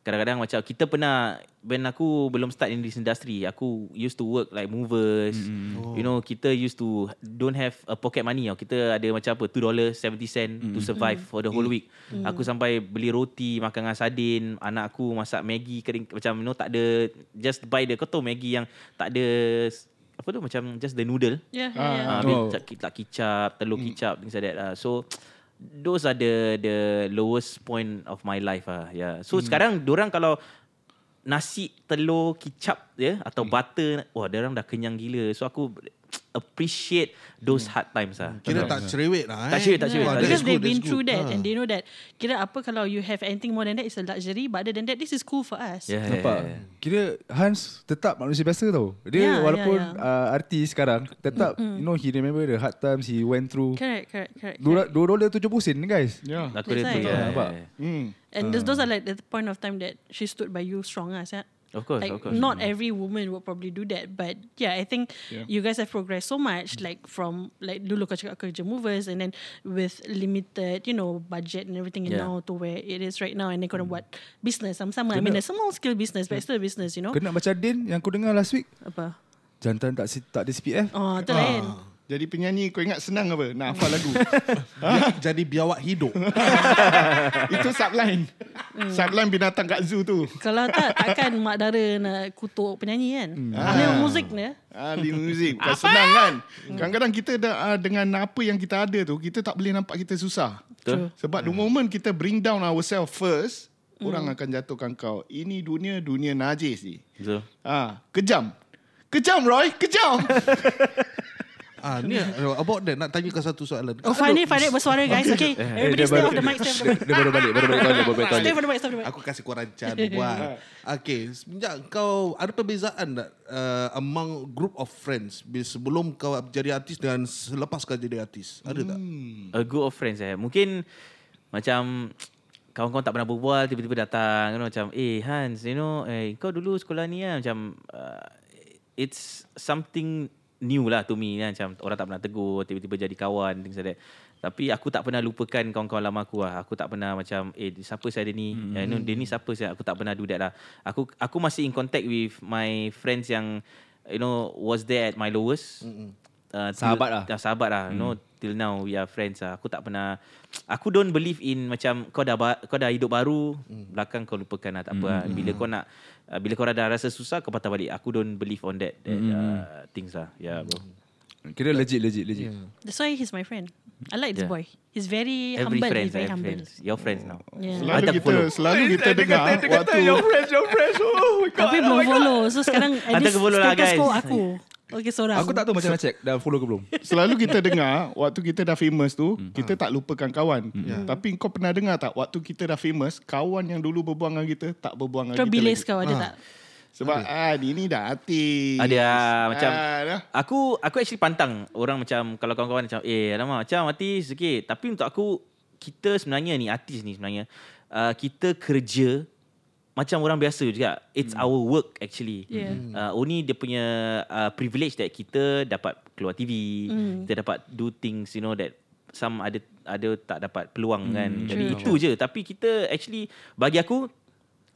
Speaker 8: kadang-kadang macam kita pernah when aku belum start in this industry, aku used to work like movers. Mm-hmm. You know, kita used to don't have a pocket money. Tau. Kita ada macam apa $2.70 mm-hmm. to survive mm-hmm. for the whole week. Mm-hmm. Aku sampai beli roti, makan dengan sardin, anak aku masak Maggi kering macam you know tak ada just buy the kau tahu Maggi yang tak ada s- apa tu macam just the noodle.
Speaker 2: Yeah, yeah.
Speaker 8: Ah,
Speaker 6: Oh. Hmm.
Speaker 8: oh. tak kicap, telur kicap, things like that. Uh, so those are the the lowest point of my life ah. Yeah.
Speaker 6: Hmm.
Speaker 8: So sekarang orang kalau nasi telur kicap ya yeah, atau
Speaker 6: Hmm.
Speaker 8: butter wah orang dah kenyang gila. So aku appreciate those
Speaker 6: Hmm.
Speaker 8: hard times ah.
Speaker 1: Kira tak cerewet lah eh.
Speaker 8: Tak cerewet, Ah, tak cerewet,
Speaker 2: Yeah,
Speaker 1: Wah,
Speaker 8: tak
Speaker 1: that's
Speaker 2: because
Speaker 1: good,
Speaker 2: they've been
Speaker 1: that's
Speaker 2: through
Speaker 1: good.
Speaker 2: that
Speaker 1: Ah.
Speaker 2: and they know that kira apa kalau you have anything more than that is a luxury but other than that this is cool for us.
Speaker 8: Yeah.
Speaker 6: Nampak? Kira Hans tetap manusia biasa tau.
Speaker 2: Ya,
Speaker 6: Dia
Speaker 2: ya,
Speaker 6: yeah, walaupun
Speaker 2: ya.
Speaker 6: yeah, yeah. Uh, artis sekarang, tetap mm-hmm. you know he remember the hard times he went through.
Speaker 2: Correct, correct, correct.
Speaker 6: Dua
Speaker 2: correct.
Speaker 6: dolar tujuh puluh sen guys.
Speaker 4: Ya.
Speaker 8: Aku dia
Speaker 2: That's
Speaker 8: tu. ya,
Speaker 2: right.
Speaker 8: Yeah,
Speaker 6: Nampak?
Speaker 8: yeah, yeah.
Speaker 4: Hmm.
Speaker 2: And
Speaker 1: Ah.
Speaker 2: those, those are like the point of time that she stood by you strong lah, as yeah?
Speaker 8: Of course,
Speaker 2: like
Speaker 8: of course.
Speaker 2: not every woman would probably do that but yeah I think
Speaker 4: Yeah.
Speaker 2: you guys have progressed so much like from like dulu kau cakap kerja movers and then with limited you know budget and everything and
Speaker 8: Yeah. Hmm.
Speaker 2: now to where it is right now and then korang buat business sama-sama I mean a small scale business but still a business you know
Speaker 6: Kena macam Din yang aku dengar last week.
Speaker 2: apa
Speaker 6: Jantan tak si- tak ada CPF.
Speaker 2: oh tu lain
Speaker 4: Jadi penyanyi kau ingat senang apa? Nak hafal lagu.
Speaker 1: Jadi biawak hidup.
Speaker 4: Itu subline.
Speaker 8: Hmm.
Speaker 4: subline binatang kat zoo tu.
Speaker 2: Kalau tak takkan mak dara nak kutuk penyanyi kan. Ada ah. muzik ni.
Speaker 4: Ah, di muzik Bukan senang kan Kadang-kadang kita dah, ah, Dengan apa yang kita ada tu Kita tak boleh nampak kita susah
Speaker 8: Betul.
Speaker 4: Sebab the moment kita bring down ourselves first
Speaker 8: Hmm.
Speaker 4: Orang akan jatuhkan kau Ini dunia Dunia najis ni
Speaker 8: Betul.
Speaker 4: ah, Kejam Kejam Roy Kejam
Speaker 1: ah, ni
Speaker 8: Hmm.
Speaker 1: about that nak tanya kau satu soalan.
Speaker 2: Oh, Fahri, Fahri bersuara guys. Okay. Everybody
Speaker 6: dia
Speaker 2: stay
Speaker 6: baru-
Speaker 2: off the mic. Stay off the mic.
Speaker 6: Dia baru balik, baru balik toilet, baru balik
Speaker 2: Stay
Speaker 6: toilet.
Speaker 2: off the mic. Stay off the mic.
Speaker 1: Aku kasih korang chance buat. Okay, semenjak kau ada perbezaan tak uh, among group of friends bila sebelum kau jadi artis dan selepas kau jadi artis? Ada tak?
Speaker 8: a group of friends eh. Mungkin macam kawan-kawan tak pernah berbual tiba-tiba datang you know, macam eh Hans you know eh kau dulu sekolah ni kan macam uh, it's something new lah to me kan macam orang tak pernah tegur tiba-tiba jadi kawan things like that. Tapi aku tak pernah lupakan kawan-kawan lama aku lah. Aku tak pernah macam eh siapa saya dia ni? Mm. You know, dia ni siapa saya? Aku tak pernah do that lah. Aku aku masih in contact with my friends yang you know was there at my lowest. Uh, till-
Speaker 6: Sahabat lah.
Speaker 8: dah sahabat lah. You know, till now we are friends lah. Aku tak pernah aku don't believe in macam kau dah ba- kau dah hidup baru, belakang kau lupakan lah tak apa. Lah. Bila kau nak uh, bila kau dah rasa susah kau patah balik. Aku don't believe on that, that uh, things lah. Yeah, bro.
Speaker 6: Kira legit, legit, legit.
Speaker 2: That's why he's my friend. I like this
Speaker 8: Yeah.
Speaker 2: boy. He's very
Speaker 8: Every
Speaker 2: humble.
Speaker 8: friends,
Speaker 2: He's very
Speaker 8: every
Speaker 2: humble.
Speaker 8: friends. Your friends now.
Speaker 2: Yeah.
Speaker 4: Selalu
Speaker 8: Ajak
Speaker 4: kita
Speaker 8: follow. Eh,
Speaker 4: Selalu kita dengar Waktu
Speaker 6: friends, your friends. Oh my
Speaker 2: Tapi belum follow. So sekarang at
Speaker 8: Hantar
Speaker 2: least
Speaker 8: ke follow lah,
Speaker 2: status
Speaker 8: guys.
Speaker 2: quo aku. Okay, seorang.
Speaker 6: Aku tak tahu macam nak check dah follow ke belum.
Speaker 4: Selalu kita dengar Waktu kita dah famous tu
Speaker 8: Hmm.
Speaker 4: Kita tak lupakan kawan Tapi kau pernah dengar tak Waktu kita dah famous Kawan yang dulu berbuang dengan kita Tak berbuang dengan
Speaker 2: Kau
Speaker 4: kita
Speaker 2: bilis
Speaker 4: lagi
Speaker 2: kau ada tak?
Speaker 4: Sebab ah, ni ni dah hati
Speaker 8: Ada ah, macam aku aku actually pantang orang macam kalau kawan-kawan macam eh alamak macam artis sikit tapi untuk aku kita sebenarnya ni artis ni sebenarnya uh, kita kerja macam orang biasa juga it's hmm. our work actually
Speaker 2: Yeah.
Speaker 8: uh, only dia punya uh, privilege that kita dapat keluar TV kita dapat do things you know that some ada ada tak dapat peluang kan jadi
Speaker 2: True.
Speaker 8: itu je tapi kita actually bagi aku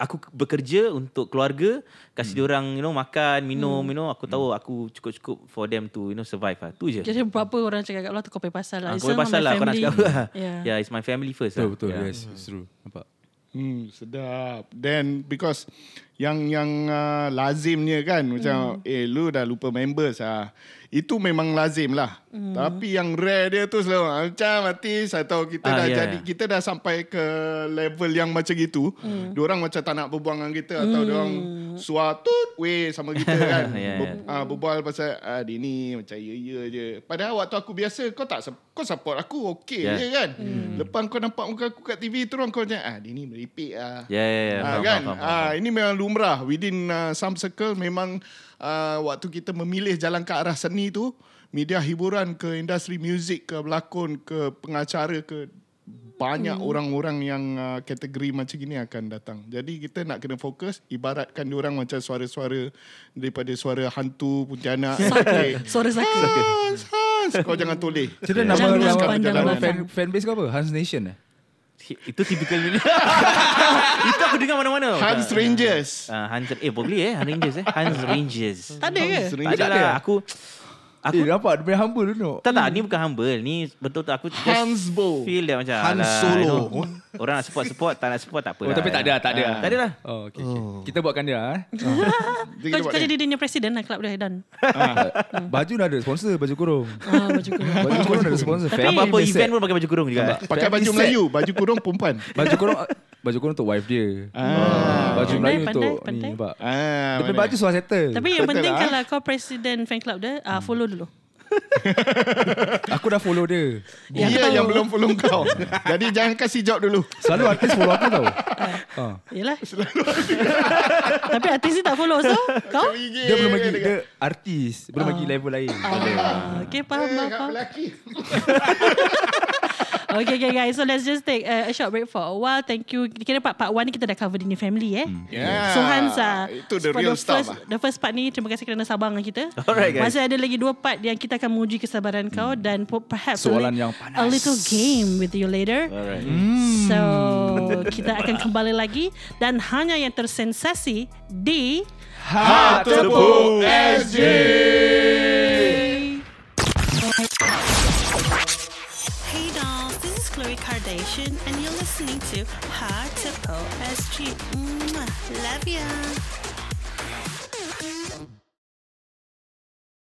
Speaker 8: aku k- bekerja untuk keluarga kasih hmm. orang you know makan minum you know aku tahu aku cukup-cukup for them to you know survive lah tu je
Speaker 2: Jadi berapa orang cakap kat luar tu kau pay pasal lah.
Speaker 8: Ah,
Speaker 2: It's
Speaker 8: kau
Speaker 2: not my
Speaker 8: pasal lah kau nak
Speaker 2: family.
Speaker 8: cakap apa.
Speaker 2: Yeah.
Speaker 8: yeah it's my family first
Speaker 6: Betul,
Speaker 8: lah
Speaker 6: betul.
Speaker 8: yeah.
Speaker 6: Yes, it's true. Nampak?
Speaker 4: Hmm, sedap. Then because yang yang uh, lazimnya kan macam eh lu dah lupa members ah. Itu memang lazim lah. Tapi yang rare dia tu selalu ah, macam mati atau kita
Speaker 8: Ah,
Speaker 4: dah
Speaker 8: yeah,
Speaker 4: jadi
Speaker 8: yeah.
Speaker 4: kita dah sampai ke level yang macam gitu. Mm. Diorang macam tak nak berbual dengan kita atau diorang suatu weh sama kita kan.
Speaker 8: Yeah,
Speaker 4: Ber- ah, berbual pasal ah, dia ni macam ya ya je. Padahal waktu aku biasa kau tak sup- kau support aku okey yeah.
Speaker 8: Yeah.
Speaker 4: je kan. Lepas kau nampak muka aku kat TV terus kau macam ah dia ni meripik ah.
Speaker 8: Ya, ya, ya.
Speaker 4: Ah,
Speaker 8: Faham,
Speaker 4: kan?
Speaker 8: faham, faham,
Speaker 4: Ah, ini memang lumrah within uh, some circle memang uh, waktu kita memilih jalan ke arah seni tu media hiburan ke industri muzik ke pelakon ke pengacara ke banyak
Speaker 2: Hmm.
Speaker 4: orang-orang yang uh, kategori macam gini akan datang. Jadi kita nak kena fokus ibaratkan diorang macam suara-suara daripada suara hantu pontianak. Eh,
Speaker 2: Suara sakit.
Speaker 4: Hans, Hans. Kau jangan toleh.
Speaker 6: Cerita
Speaker 2: nama- Jangan
Speaker 6: nama,
Speaker 2: nama-
Speaker 6: nama,
Speaker 2: pandang nama
Speaker 6: fan,
Speaker 2: belakang.
Speaker 6: fanbase kau apa? Hans Nation eh?
Speaker 8: Itu typical Itu aku dengar mana-mana.
Speaker 4: Hans Rangers.
Speaker 8: Ah, Hans eh boleh eh Hans Rangers eh Hans Rangers.
Speaker 2: Tak ada ke?
Speaker 4: Hans
Speaker 8: Tak ada
Speaker 4: Rangers.
Speaker 8: lah aku
Speaker 6: Aku, eh,
Speaker 8: aku
Speaker 6: nampak dia punya humble tu no.
Speaker 8: tak tak ni bukan humble ni betul tak aku just
Speaker 4: Hansbo.
Speaker 8: feel dia macam
Speaker 1: Hans
Speaker 8: alah,
Speaker 1: Solo.
Speaker 8: you know, orang nak support support tak nak support tak apa.
Speaker 6: Oh, tapi tak ada, tak ada.
Speaker 8: Tak ada lah.
Speaker 6: Oh, okay, okay. Kita buatkan dia eh.
Speaker 4: Dia
Speaker 2: Kau,
Speaker 4: kena buat
Speaker 2: kau
Speaker 4: ni.
Speaker 2: jadi dia punya presiden lah Club dia dan
Speaker 6: Ah. Baju dah ada sponsor, baju kurung.
Speaker 2: ah, macam tu
Speaker 6: Baju kurung dah ada sponsor.
Speaker 8: Tapi
Speaker 6: Family
Speaker 8: apa
Speaker 6: set.
Speaker 8: event pun pakai baju kurung juga.
Speaker 4: Pakai
Speaker 6: Family
Speaker 4: baju
Speaker 6: set.
Speaker 4: Melayu, baju kurung perempuan.
Speaker 6: Baju kurung baju kurung untuk wife dia. Ah. Baju
Speaker 2: Pandai,
Speaker 6: Melayu untuk
Speaker 2: pandai,
Speaker 6: ni
Speaker 2: pandai.
Speaker 6: nampak.
Speaker 4: Ah,
Speaker 6: Dia punya
Speaker 4: mana?
Speaker 6: baju suara settle.
Speaker 2: Tapi yang
Speaker 4: Betul
Speaker 2: penting
Speaker 4: lah.
Speaker 2: kalau kau presiden fan club dia ah, Follow dulu
Speaker 6: Aku dah follow dia.
Speaker 4: Dia
Speaker 2: aku tahu.
Speaker 4: yang belum follow kau. Jadi jangan kasih job dulu.
Speaker 6: Selalu artis follow aku tau. Ha.
Speaker 2: Yelah Tapi artis ni tak follow So kau
Speaker 6: Dia belum bagi dia artis, belum bagi level lain.
Speaker 2: ah, Okay faham faham, faham
Speaker 4: Eh, Lelaki.
Speaker 2: Okay, okay guys. So let's just take uh, a short break for a while. Thank you. Kira part part one ni kita dah cover in your family eh.
Speaker 6: Hmm.
Speaker 4: Yeah.
Speaker 2: So Hans ah,
Speaker 4: Itu the
Speaker 2: for the
Speaker 4: real stuff
Speaker 2: first,
Speaker 4: lah.
Speaker 2: The first part ni terima kasih kerana sabar dengan kita.
Speaker 8: Alright, guys.
Speaker 2: Masih ada lagi dua part yang kita akan menguji kesabaran kau dan po- perhaps
Speaker 6: Hmm.
Speaker 2: a,
Speaker 6: Soalan
Speaker 2: li-
Speaker 6: yang panas. Hmm.
Speaker 2: a little game with you later. Alright. So kita akan kembali lagi dan hanya yang tersensasi di
Speaker 6: Ha,
Speaker 4: Tepuk SJ.
Speaker 9: Hey dolls, this is Chloe Kardashian, and you're listening to Hard to SG. Mwah. Love ya.